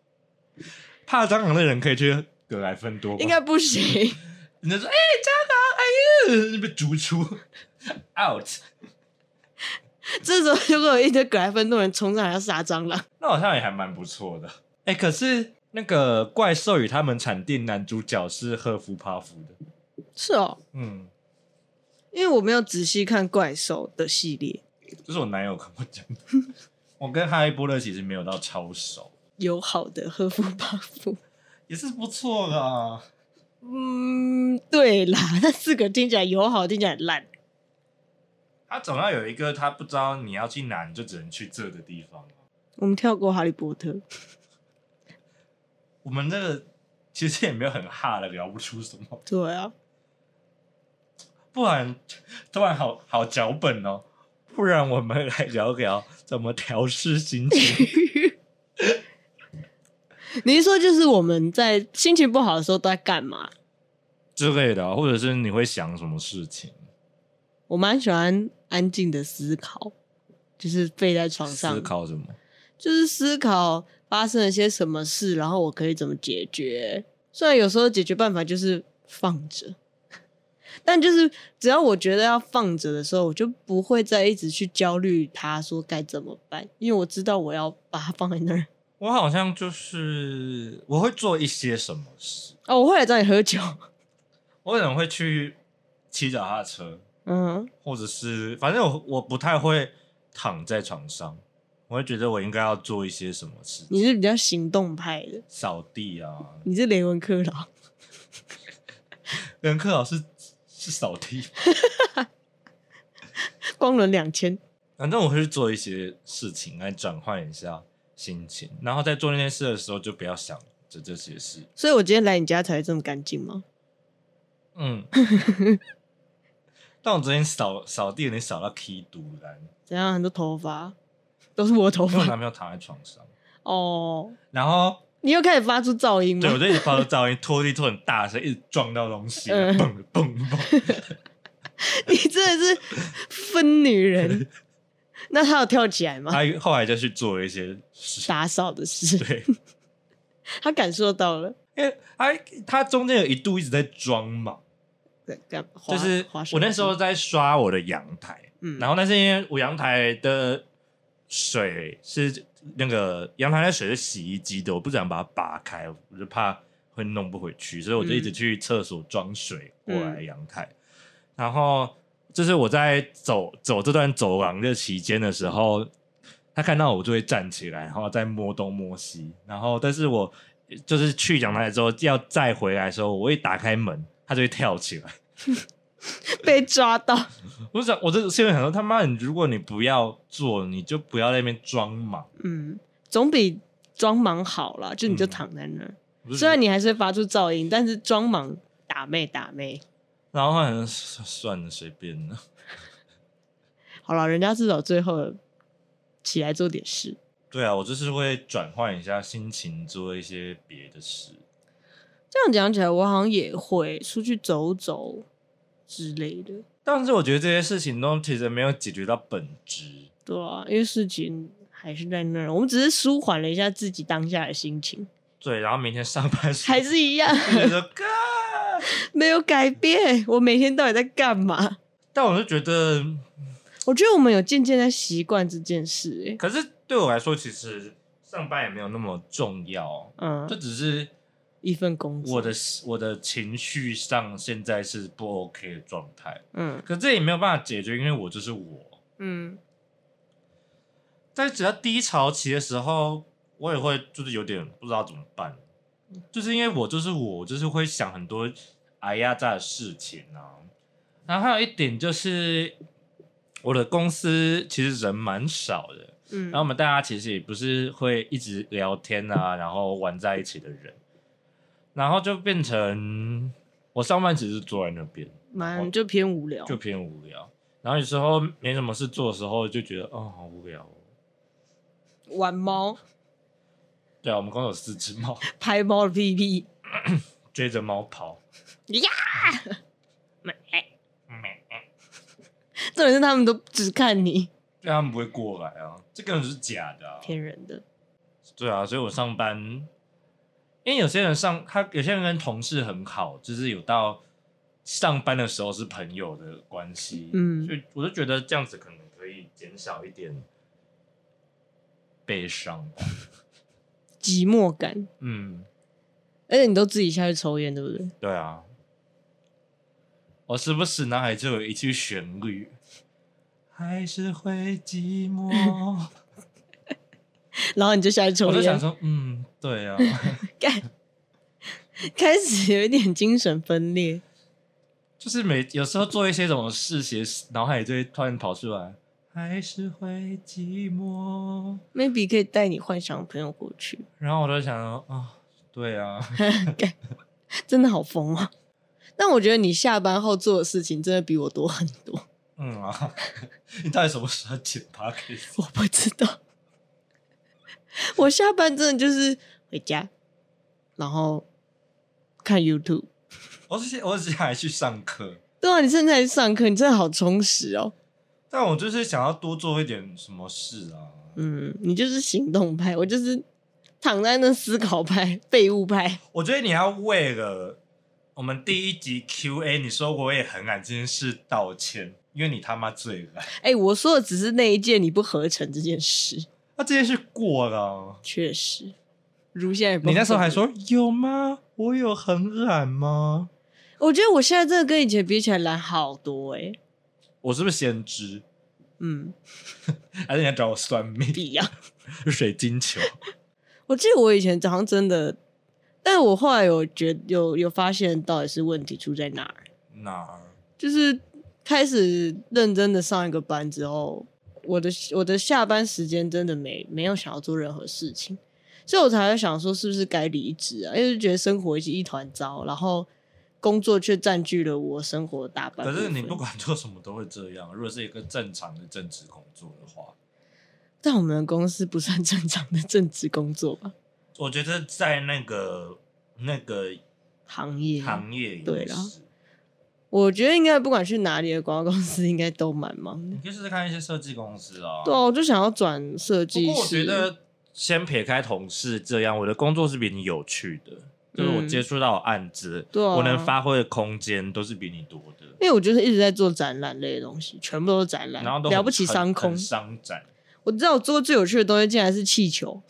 S2: 怕蟑螂的人可以去格莱芬多吧，
S1: 应该不行。
S2: 人家说：“哎、蟑螂，哎呦，被逐出 [LAUGHS] out。
S1: 这时候就会有一堆格莱芬多人冲上来要杀蟑螂。”
S2: 那好像也还蛮不错的。哎、可是那个怪兽与他们产地男主角是赫夫帕夫的，
S1: 是哦，
S2: 嗯，
S1: 因为我没有仔细看怪兽的系列，
S2: 这是我男友跟我讲 [LAUGHS] 的。我跟哈利波特其实没有到超熟，
S1: 友好的赫夫巴夫，
S2: 也是不错的、啊。
S1: 嗯，对啦， [LAUGHS] 那四个听起来友好，听起来很烂。
S2: 他总要有一个他不知道你要去哪，你就只能去这的地方。
S1: 我们跳过《哈利波特》，
S2: 我们这个 [LAUGHS] 其实也没有很哈的，聊不出什么，
S1: 对啊，
S2: 不然 [LAUGHS] 突然好好脚本哦。不然我们来聊聊怎么调试心情。
S1: 你是说就是我们在心情不好的时候都在干嘛？
S2: 之类的啊，或者是你会想什么事情？
S1: 我蛮喜欢安静的思考，就是废在床上
S2: 思，考什么？
S1: 就是思考发生了些什么事，然后我可以怎么解决。虽然有时候解决办法就是放着， [LAUGHS] 但就是只要我觉得要放着的时候，我就不会再一直去焦虑它，说该怎么办，因为我知道我要把它放在那儿。
S2: 我好像就是我会做一些什么事，
S1: 哦，我会来找你喝酒，
S2: 我可能会去骑脚踏车，
S1: 嗯，
S2: 或者是反正我我不太会躺在床上，我会觉得我应该要做一些什么事，
S1: 你是比较行动派的，
S2: 扫地啊。
S1: 你是雷文克劳，
S2: 任课老师是扫地，
S1: 光轮两千，
S2: 反正我会去做一些事情来转换一下心情，然后在做那件事的时候就不要想着这些事。
S1: 所以我今天来你家才这么干净吗？ [LAUGHS]
S2: 嗯，但我昨天扫扫地，你扫到 K 堵然，
S1: 怎样？很多头发都是我头
S2: [LAUGHS] 因为我
S1: 发
S2: 男朋友躺在床上，
S1: 哦。
S2: 然后
S1: 你又开始发出噪音吗？
S2: 对我就一直发出噪音，拖地拖很大声，一直撞到东西，
S1: [LAUGHS] 嗯
S2: 蹦蹦蹦。
S1: [LAUGHS] 你真的是疯女
S2: [LAUGHS]
S1: 人。那她有跳起来吗？
S2: 他后来就去做了一些事，
S1: 打扫的事，
S2: 哎对，
S1: 她感受到了。
S2: 因为他他中间有一度一直在装嘛，
S1: 对干滑
S2: 就是
S1: 滑手
S2: 我那时候
S1: 机，
S2: 在刷我的阳台，
S1: 嗯，
S2: 然后那是因为我阳台的水是那个阳台的水是洗衣机的，我不想把它拔开，我就怕会弄不回去，所以我就一直
S1: 嗯
S2: 去厕所装水过来阳台。然后就是我在走走这段走廊的期间的时候，他看到我就会站起来，然后再摸东摸西，然后但是我就是去阳台之后要再回来的时候，我一打开门，他就会跳起来。
S1: [LAUGHS] 被抓到，
S2: 我就想，我这心里想说，他妈，你如果你不要做，你就不要在那边装嘛。
S1: 嗯，总比装忙好啦。就你就
S2: 嗯
S1: 躺在那儿，
S2: 我就
S1: 虽然
S2: 觉得，
S1: 你还是会发出噪音，但是装忙打妹打妹，
S2: 然后好像算了，随便 [LAUGHS] 了。
S1: 好了，人家至少最后起来做点事。
S2: 对啊，我就是会转换一下心情，做一些别的事。
S1: 这样讲起来，我好像也会出去走走之类的，
S2: 但是我觉得这些事情都其实没有解决到本质。
S1: 对啊，因为事情还是在那儿，我们只是舒缓了一下自己当下的心情，
S2: 对，然后明天上班时
S1: 还是一样 [LAUGHS]
S2: 就觉得，嘎
S1: 没有改变。我每天到底在干嘛？
S2: 但我就觉得，
S1: 我觉得我们有渐渐在习惯这件事、欸，
S2: 可是对我来说，其实上班也没有那么重要，这
S1: 嗯，
S2: 只是
S1: 一份工作，
S2: 我的我的情绪上现在是不 OK 的状态。
S1: 嗯
S2: 可这也没有办法解决，因为我就是我。
S1: 嗯，
S2: 但只要低潮期的时候，我也会就是有点不知道怎么办，就是因为我就是我，我就是会想很多哎呀这的事情啊。然后还有一点就是，我的公司其实人蛮少的，
S1: 嗯，
S2: 然后我们大家其实也不是会一直聊天啊，然后玩在一起的人，然后就变成我上班只是坐在那边，
S1: 蛮就偏无聊，
S2: 就偏无聊。然后有时候没什么事做的时候，就觉得哦，好无聊、哦。
S1: 玩猫，
S2: 对啊，我们公司有四只猫， [LAUGHS]
S1: 拍猫的屁屁，
S2: 追着猫跑。
S1: 呀， [LAUGHS]
S2: 嗯
S1: 重点是他们都只看你，
S2: [LAUGHS] 对啊他们不会过来啊，这根本是假的、啊。
S1: 骗人的，
S2: 对啊，所以我上班，因为有些人上他，有些人跟同事很好，就是有到上班的时候是朋友的关系。
S1: 嗯
S2: 所以我就觉得这样子可能可以减少一点悲伤吧。
S1: 寂寞感。
S2: 嗯。
S1: 而且你都自己下去抽烟，对不对？
S2: 对啊，我时不时脑海就有一句旋律，还是会寂寞。
S1: 然后你就下去抽
S2: [LAUGHS] 我就想
S1: 烟，
S2: 说，嗯，对啊，
S1: 干， [LAUGHS] 开始有一点精神分裂。
S2: 就是每有时候做一些什么事情，脑海就会突然跑出来，还是会寂寞。
S1: maybe 可以带你幻想朋友过去， [LAUGHS]
S2: 然后我就想说，啊，对啊， [LAUGHS]
S1: 真的好疯啊！但我觉得你下班后做的事情真的比我多很多， [LAUGHS]
S2: 嗯啊，你到底什么时候剪 p o d
S1: 我不知道。 [LAUGHS] 我下班真的就是回家，然后看 YouTube。
S2: 我之前我之前还去上课，
S1: 对啊，你现在上课，你真的好充实哦。
S2: 但我就是想要多做一点什么事啊。
S1: 嗯，你就是行动派，我就是躺在那思考派、 [LAUGHS] 废物派。
S2: 我觉得你要为了我们第一集 Q&A，你说我也很懒这件事道歉，因为你他妈最懒。
S1: 哎、我说的只是那一件你不合成这件事，
S2: 那、这件事过了，
S1: 确实。如现在也不
S2: 你那时候
S1: 合
S2: 还
S1: 成
S2: 说有吗？我有很懒吗？
S1: 我觉得我现在真的跟以前比起来懒好多哎、
S2: 我是不是先知？
S1: 嗯，
S2: 还是你要找我算
S1: 不
S2: 命？
S1: 一样。
S2: 水晶球？
S1: [LAUGHS] 我记得我以前早上真的，但我后来有觉有有发现到底是问题出在哪儿，
S2: 哪儿？
S1: 就是开始认真的上一个班之后，我的我的下班时间真的没没有想要做任何事情，所以我才会想说是不是该离职啊，因为就觉得生活一一团糟，然后工作却占据了我生活的大半部
S2: 可
S1: 分。
S2: 是你不管做什么都会这样。如果是一个正常的正职工作的话，
S1: 但我们的公司不算正常的正职工作吧？
S2: 我觉得在那个那个
S1: 行业
S2: 行业也
S1: 对啦
S2: 是，
S1: 我觉得应该不管去哪里的广告公司，应该都蛮忙的
S2: 你。可以试试看一些设计公司啊。
S1: 对啊，我就想要转设
S2: 不
S1: 计师。
S2: 过我觉得，先撇开同事这样，我的工作是比你有趣的，就是我
S1: 嗯
S2: 接触到的案子，
S1: 对啊
S2: 我能发挥的空间都是比你多的。
S1: 因为我就是一直在做展览类的东西，全部都是展览，
S2: 然后都很
S1: 了不起
S2: 很
S1: 商空
S2: 很。商展
S1: 我知道我做最有趣的东西竟然是气球，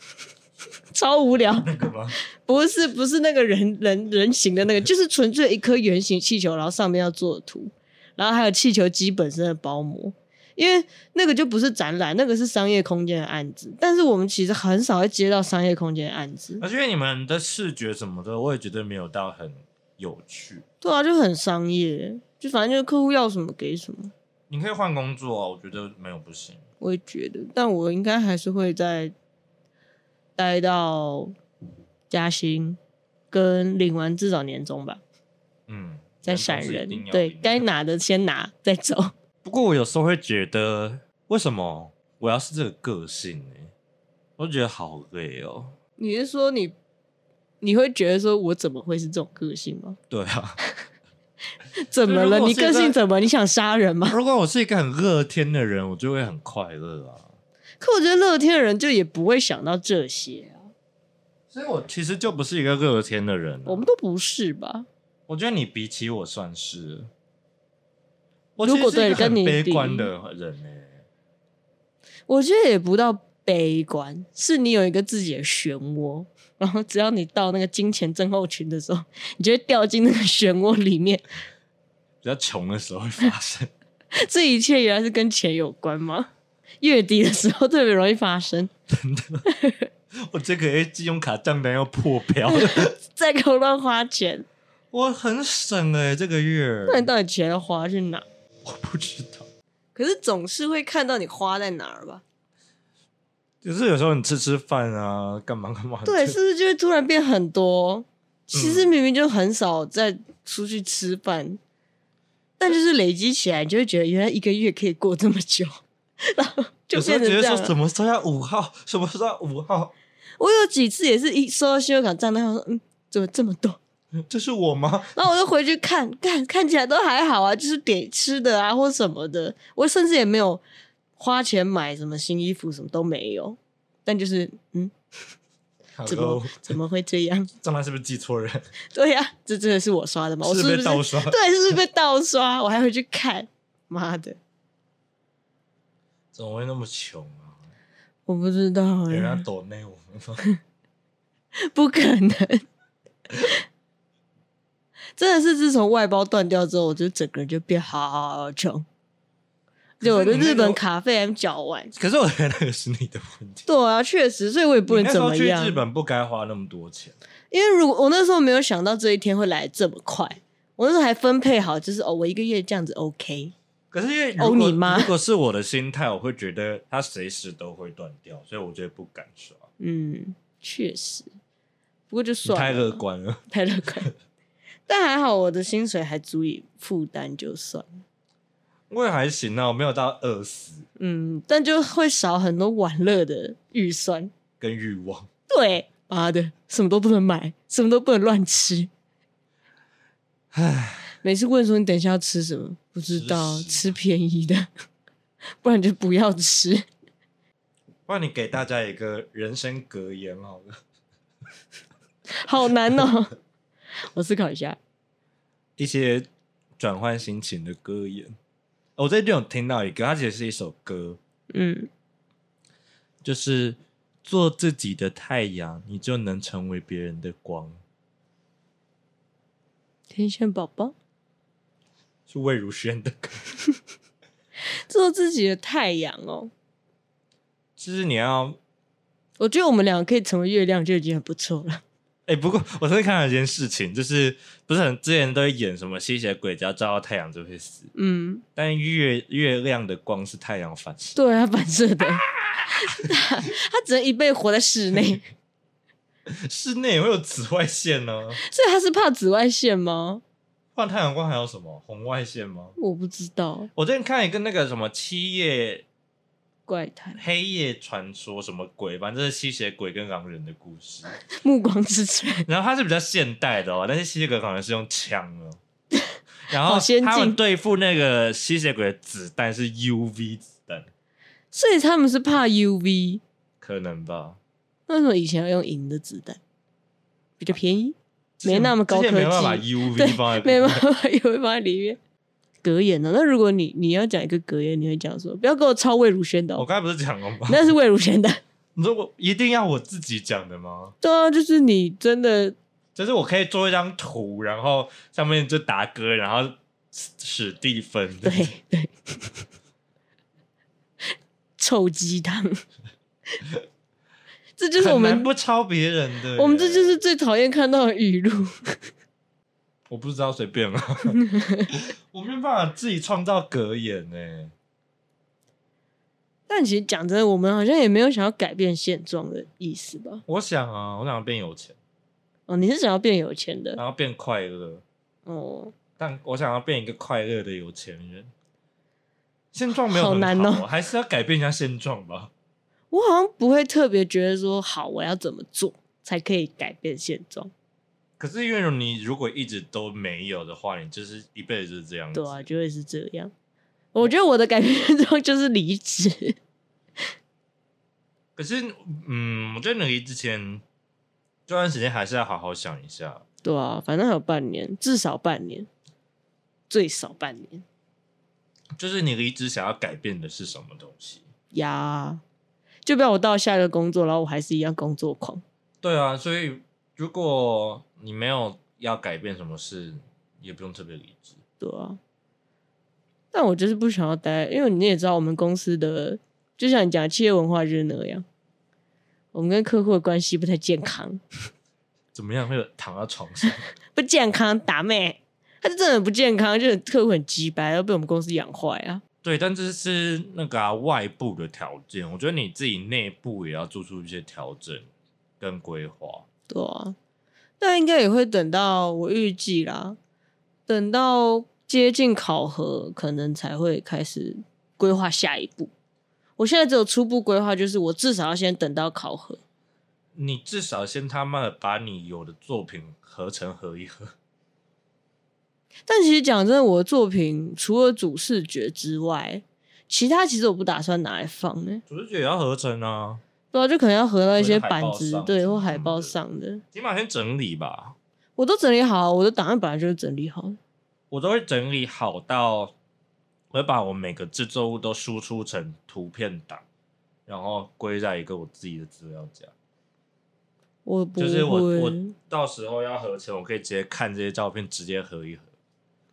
S1: 超无聊。
S2: 那个吗？ [LAUGHS]
S1: 不是不是那个人人人形的那个，就是纯粹一颗圆形气球，然后上面要做图，然后还有气球机本身的包膜。因为那个就不是展览，那个是商业空间的案子，但是我们其实很少会接到商业空间的案子。
S2: 而且你们的视觉什么的，我也觉得没有到很有趣。
S1: 对啊，就很商业，就反正就是客户要什么给什么，
S2: 你可以换工作啊，我觉得没有不行。
S1: 我也觉得，但我应该还是会再待到加薪跟领完至少年终吧，
S2: 嗯，
S1: 再
S2: 人都
S1: 闪
S2: 是一
S1: 人
S2: 定，要
S1: 对
S2: 领的
S1: 该拿的先拿再走。
S2: 不过我有时候会觉得，为什么我要是这个个性呢、我就觉得好累哦。
S1: [LAUGHS] 你是说你你会觉得说我怎么会是这种个性吗？
S2: 对啊，
S1: [LAUGHS] 怎么了？
S2: 如果
S1: 你
S2: 是一个
S1: 个性怎么？你想杀人吗？
S2: [LAUGHS] 如果我是一个很乐天的人，我就会很快乐啊。
S1: [LAUGHS] 可我觉得乐天的人就也不会想到这些
S2: 嗯
S1: 啊，
S2: 所以我其实就不是一个乐天的人啊、
S1: 我们都不是吧？
S2: 我觉得你比起我算是，我
S1: 如果
S2: 其实是一个
S1: 对跟你
S2: 很
S1: 比
S2: 悲观的人欸呢、
S1: 我觉得也不到悲观，是你有一个自己的漩涡，然后只要你到那个金钱症候群的时候，你就会掉进那个漩涡里面。
S2: 比较穷的时候会发
S1: [LAUGHS]
S2: 生。
S1: 这一切原来是跟钱有关吗？月底的时候特别容易发生。
S2: 我这个月信用卡账单要破表了，
S1: [LAUGHS] 再给我乱花钱，
S2: 我很省哎、这个月
S1: 那你到底钱要花去哪？
S2: 我不知道。
S1: 可是总是会看到你花在哪儿吧？
S2: 就是有时候你吃吃饭啊，干嘛干嘛的。
S1: 对，是不是就会突然变很多？其
S2: 嗯
S1: 实明明就很少再出去吃饭，但就是累积起来，你就会觉得原来一个月可以过这么久，然后就
S2: 有时候
S1: 变成
S2: 觉
S1: 这
S2: 得
S1: 样
S2: 说
S1: 了。
S2: 什么时候要五号，什么时候要五号，
S1: 我有几次也是一收到信用卡账单，我说嗯，怎么这么多？
S2: 这是我吗？
S1: 然后我就回去看，看看起来都还好啊，就是点吃的啊或什么的，我甚至也没有花钱买什么新衣服，什么都没有。但就是嗯，怎么
S2: Hello，
S1: 怎么会这样？ [LAUGHS]
S2: 账单是不是记错人？
S1: 对呀、这真的是我刷的吗？我
S2: 是
S1: 不
S2: 被
S1: 是
S2: 盗刷？
S1: [LAUGHS] 对，是不是被盗刷？我还回去看，妈的，
S2: 怎么会那么穷啊？
S1: 我不知道、
S2: 有人要
S1: 欸，
S2: 抖内我们 [LAUGHS] 吗？
S1: 不可能。 [LAUGHS] 真的是自从外包断掉之后，我就整个人就变好穷。就我的
S2: 可是你那
S1: 日
S2: 个
S1: 本卡费 M 缴完。
S2: 可是我觉得那个是你的问题，
S1: 对啊，确实，所以我也 [LAUGHS] 不能
S2: 你那时
S1: 怎
S2: 候
S1: 么
S2: 去
S1: 样
S2: 日。本不该花那么多钱。
S1: 因为如果我那时候没有想到这一天会来这么快，我那时候还分配好，就是哦，我一个月这样子 OK。
S2: 可是因为如
S1: 哦
S2: 果
S1: 你妈
S2: 如果是我的心态，我会觉得它随时都会断掉，所以我觉得不敢刷。
S1: 嗯，确实，不过就
S2: 你
S1: 算了
S2: 太乐观了， [LAUGHS]
S1: 太乐观。但还好我的薪水还足以负担，就算了
S2: 我也还行啊，我没有到饿死
S1: 嗯，但就会少很多玩乐的预算。
S2: 跟欲望。
S1: 对，妈的，什么都不能买，什么都不能乱吃。唉，每次问说你等一下要吃什么，不知道，
S2: 吃屎
S1: 吃便宜的， [LAUGHS] 不然就不要吃。
S2: 不然你给大家一个人生格言好了：
S1: 好难哦。 [LAUGHS] 我思考一下，
S2: 一些转换心情的歌言。哦我最近有听到一个，它其实是一首歌，
S1: 嗯，
S2: 就是做自己的太阳，你就能成为别人的光。
S1: 天线宝宝
S2: 是魏如萱的歌， [LAUGHS]
S1: 做自己的太阳哦。
S2: 就是你要
S1: 我觉得我们两个可以成为月亮就已经很不错了。
S2: 哎、不过我最近看到一件事情，就是不是很之前都会演什么吸血鬼，只要照到太阳就会死，
S1: 嗯，
S2: 但月月亮的光是太阳反射。 [LAUGHS]
S1: 对啊，反射的，他只能一辈子活在室内，所
S2: 室内也会有紫外线呢、
S1: 以他是怕紫外线吗？
S2: 不然太阳光还有什么红外线吗？
S1: 我不知道，
S2: 我最近看一个那个什么七夜
S1: 怪谈、
S2: 黑夜传说什么鬼，反正是吸血鬼跟狼人的故事。
S1: 暮光之城，
S2: 然后它是比较现代的哦，但是吸血鬼好像是用枪哦。然后
S1: 好先进
S2: 他们对付那个吸血鬼的子弹是 UV 子弹，
S1: 所以他们是怕 UV。
S2: 可能吧？
S1: 那为什么以前要用银的子弹？比较便宜，没那么高科技
S2: 之前没办法把
S1: 对
S2: UV 放在，
S1: 没办法，也会放在里面。格言呢、那如果你你要讲一个格言，你会讲说不要给我抄魏如萱的、
S2: 我
S1: 哦，
S2: 刚才不是讲了吗？ [LAUGHS]
S1: 那是魏如萱的。 [LAUGHS]
S2: 你说我一定要我自己讲的吗？
S1: 对啊，就是你真的
S2: 就是我可以做一张图，然后上面就打歌，然后史蒂芬。
S1: 对对， [LAUGHS] 臭鸡
S2: [LAUGHS]
S1: 汤，这就是我
S2: 很难
S1: 们
S2: 不抄别人的耶。
S1: 我们这就是最讨厌看到的语录。
S2: 我不知道，随便
S1: [LAUGHS]
S2: 啊。 [LAUGHS] 我没有办法自己创造格言呢。
S1: 但其实讲真的，我们好像也没有想要改变现状的意思吧？
S2: 我想啊，我想要变有钱，
S1: 哦，你是想要变有钱的
S2: 然后变快乐，
S1: 哦，
S2: 但我想要变一个快乐的有钱人。现状没有
S1: 好
S2: 很
S1: 难哦
S2: 好啊还是要改变一下现状吧。
S1: 我好像不会特别觉得说好，我要怎么做才可以改变现状？
S2: 可是因为你如果一直都没有的话，你就是一辈子就是这样子。
S1: 对啊，就会是这样。我觉得我的改变现状就是离职。
S2: 可是，嗯，我觉得你离之前这段时间还是要好好想一下。
S1: 对啊，反正还有半年，至少半年，最少半年
S2: 就是你离职想要改变的是什么东西？
S1: 呀。就不要我到下一个工作，然后我还是一样工作狂。
S2: 对啊，所以如果你没有要改变什么事，也不用特别离职。
S1: 对啊，但我就是不想要待，因为你也知道，我们公司的就像你讲，企业文化就是那样，我们跟客户的关系不太健康，
S2: 怎么样会有躺到床上？
S1: 不健康打妹，他就真的很不健康，就是客户很鸡掰，要被我们公司养坏啊。
S2: 对，但这是那个、啊、外部的条件，我觉得你自己内部也要做出一些调整跟规划。
S1: 对啊，但应该也会等到我预计啦，等到接近考核，可能才会开始规划下一步。我现在只有初步规划，就是我至少要先等到考核。
S2: 你至少先他妈的把你有的作品合成合一合。
S1: 但其实讲真的，我的作品除了主视觉之外，其他其实我不打算拿来放呢、
S2: 主视觉也要合成啊，
S1: 对啊，就可能要合到一些
S2: 或者海
S1: 板
S2: 报
S1: 子，
S2: 上
S1: 对，
S2: 什么
S1: 或
S2: 什
S1: 海
S2: 么
S1: 报
S2: 的
S1: 上的，
S2: 起码先整理吧。
S1: 我都整理好，我的档案本来就是整理好的。
S2: 我都会整理好到，我会把我每个制作物都输出成图片档，然后归在一个我自己的资料夹。
S1: 我不
S2: 就
S1: 会，
S2: 是我我到时候要合成，我可以直接看这些照片，直接合一合。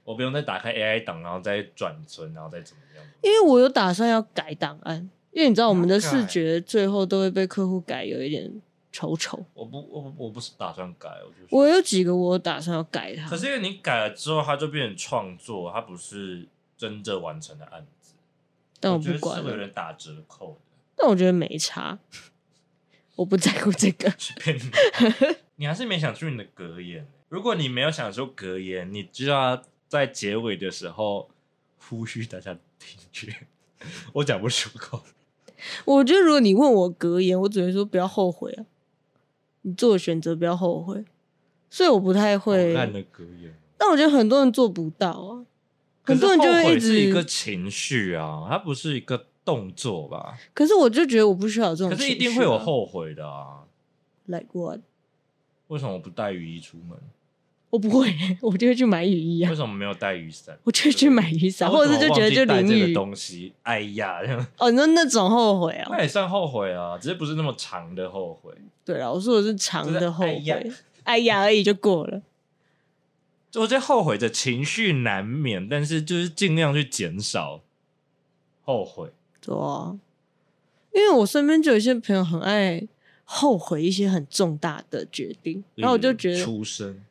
S2: 我我不用再打开 AI 档，然后再转存，然后再怎么样。
S1: 因为我有打算要改档案，因为你知道我们的
S2: 要改
S1: 视觉最后都会被客户改，有一点丑丑。
S2: 我不，我我不是打算改，我就是。
S1: 我有几个我有打算要改
S2: 可
S1: 它，
S2: 是因为你改了之后，它就变成创作，它不是真正完成的案子。
S1: 但我
S2: 觉
S1: 不
S2: 得
S1: 管
S2: 是会有
S1: 了。
S2: 点打折扣的，
S1: 但我觉得没差，我不在乎这个。
S2: 随便你。 [LAUGHS] 你还是没想出你的格言。如果你没有想出格言，你就要在结尾的时候呼吁大家听觉。我讲不出口，
S1: 我觉得如果你问我格言，我只会说不要后悔啊，你做的选择不要后悔。所以我不太会
S2: 好，烂的格言。
S1: 但我觉得很多人做不到啊，
S2: 可
S1: 很
S2: 是
S1: 多人就
S2: 后
S1: 会
S2: 悔
S1: 一直
S2: 是一个情绪啊，它不是一个动作吧？
S1: 可是我就觉得我不需要有这种、
S2: 可
S1: 情
S2: 是一定
S1: 绪
S2: 会有
S1: 啊
S2: 后悔的啊！
S1: ，like what？
S2: 为什么我不带雨衣出门？
S1: 我不会， [LAUGHS] 我就会去买雨衣啊
S2: 为，什么没有带雨伞？
S1: 我就会去买雨伞，
S2: 那
S1: 啊或
S2: 为什
S1: 者
S2: 么
S1: 是就觉得就
S2: 忘记带
S1: 淋
S2: 这个
S1: 雨。
S2: 东西，哎呀，这样
S1: 哦，你说那种后悔啊
S2: 那？也算后悔啊，只是不是那么长的后悔。
S1: 对了，我说的是长的后
S2: 就是哎
S1: 悔
S2: 呀，
S1: 哎呀而已就过了。
S2: 就我觉得后悔的情绪难免，但是就是尽量去减少后悔。
S1: 对啊，因为我身边就有一些朋友很爱后悔一些很重大的决定，然后我就觉
S2: 例
S1: 得，
S2: 如嗯出生，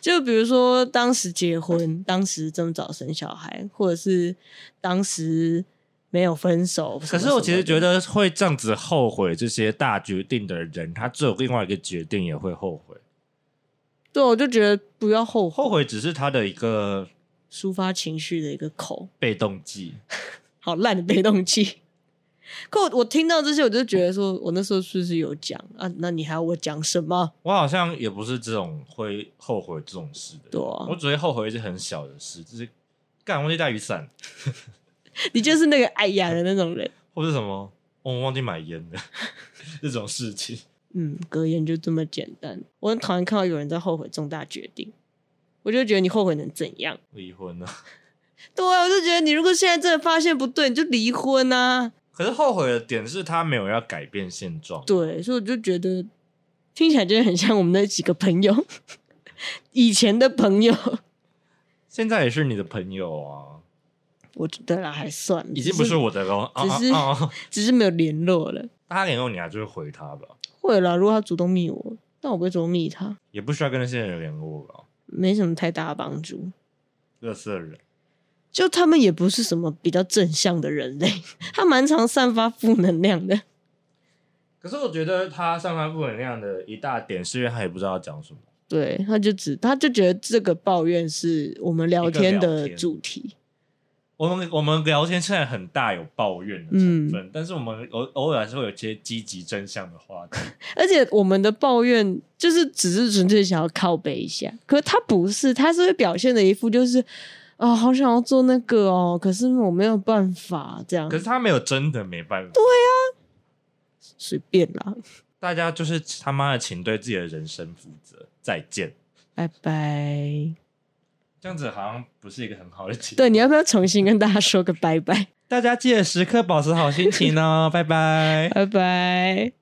S1: 就比如说当时结婚，当时这么早生小孩，或者是当时没有分手。
S2: 可是我其实觉
S1: 得，
S2: 得会这样子后悔这些大决定的人，他做另外一个决定也会后悔。
S1: 对，我就觉得不要后悔，
S2: 后悔只是他的一个
S1: 抒发情绪的一个口，
S2: 被动技，
S1: 好烂的被动器。可我我听到这些，我就觉得说，我那时候是不是有讲啊？那你还要我讲什么？
S2: 我好像也不是这种会后悔这种事的。
S1: 对啊
S2: 我只会后悔一些很小的事，就是干忘记带雨伞，
S1: 你就是那个哎呀的那种人。
S2: 或是什么，哦我忘记买烟了 [LAUGHS] 这种事情。
S1: 嗯，格言就这么简单。我很讨厌看到有人在后悔重大决定，我就觉得你后悔能怎样？
S2: 离婚啊，
S1: 对啊，我就觉得你如果现在真的发现不对，你就离婚啊。
S2: 可是后悔的点是他没有要改变现状。
S1: 对，所以我就觉得听起来就很像我们那几个朋友，以前的朋友。 [LAUGHS]
S2: 现在也是你的朋友啊，
S1: 我觉得啦，还算了
S2: 已经不是，我的了。
S1: 只是
S2: 啊啊啊
S1: 只是没有联络了。
S2: 他联络你啊还是会回他吧，
S1: 会啦，如果他主动密我，但我不会主动密他，
S2: 也不需要跟那些人联络吧。
S1: 没什么太大的帮助。
S2: 乐色人，
S1: 就他们也不是什么比较正向的人类， [LAUGHS] 他蛮常散发负能量的。
S2: 可是我觉得他上班负能量的一大点是因为他也不知道要讲什么。
S1: 对，他就只他就觉得这个抱怨是我们聊天
S2: 一个聊
S1: 的
S2: 天
S1: 主题，
S2: 我们我们聊天虽然很大有抱怨的成分，但是我们偶偶尔还是会有一些积极正向的话题。
S1: 而且我们的抱怨就是只是纯粹想要靠背一下，可他不是，他是会表现的一副就是啊、好想要做那个哦，可是我没有办法这样
S2: 可，是他没有真的没办法，
S1: 随便啦，
S2: 大家就是他妈的，请对自己的人生负责。再见，
S1: 拜拜。
S2: 这样子好像不是一个很好的结。
S1: 对，你要不要重新跟大家说个拜拜？
S2: 大家记得时刻保持好心情哦，拜拜。
S1: 拜拜。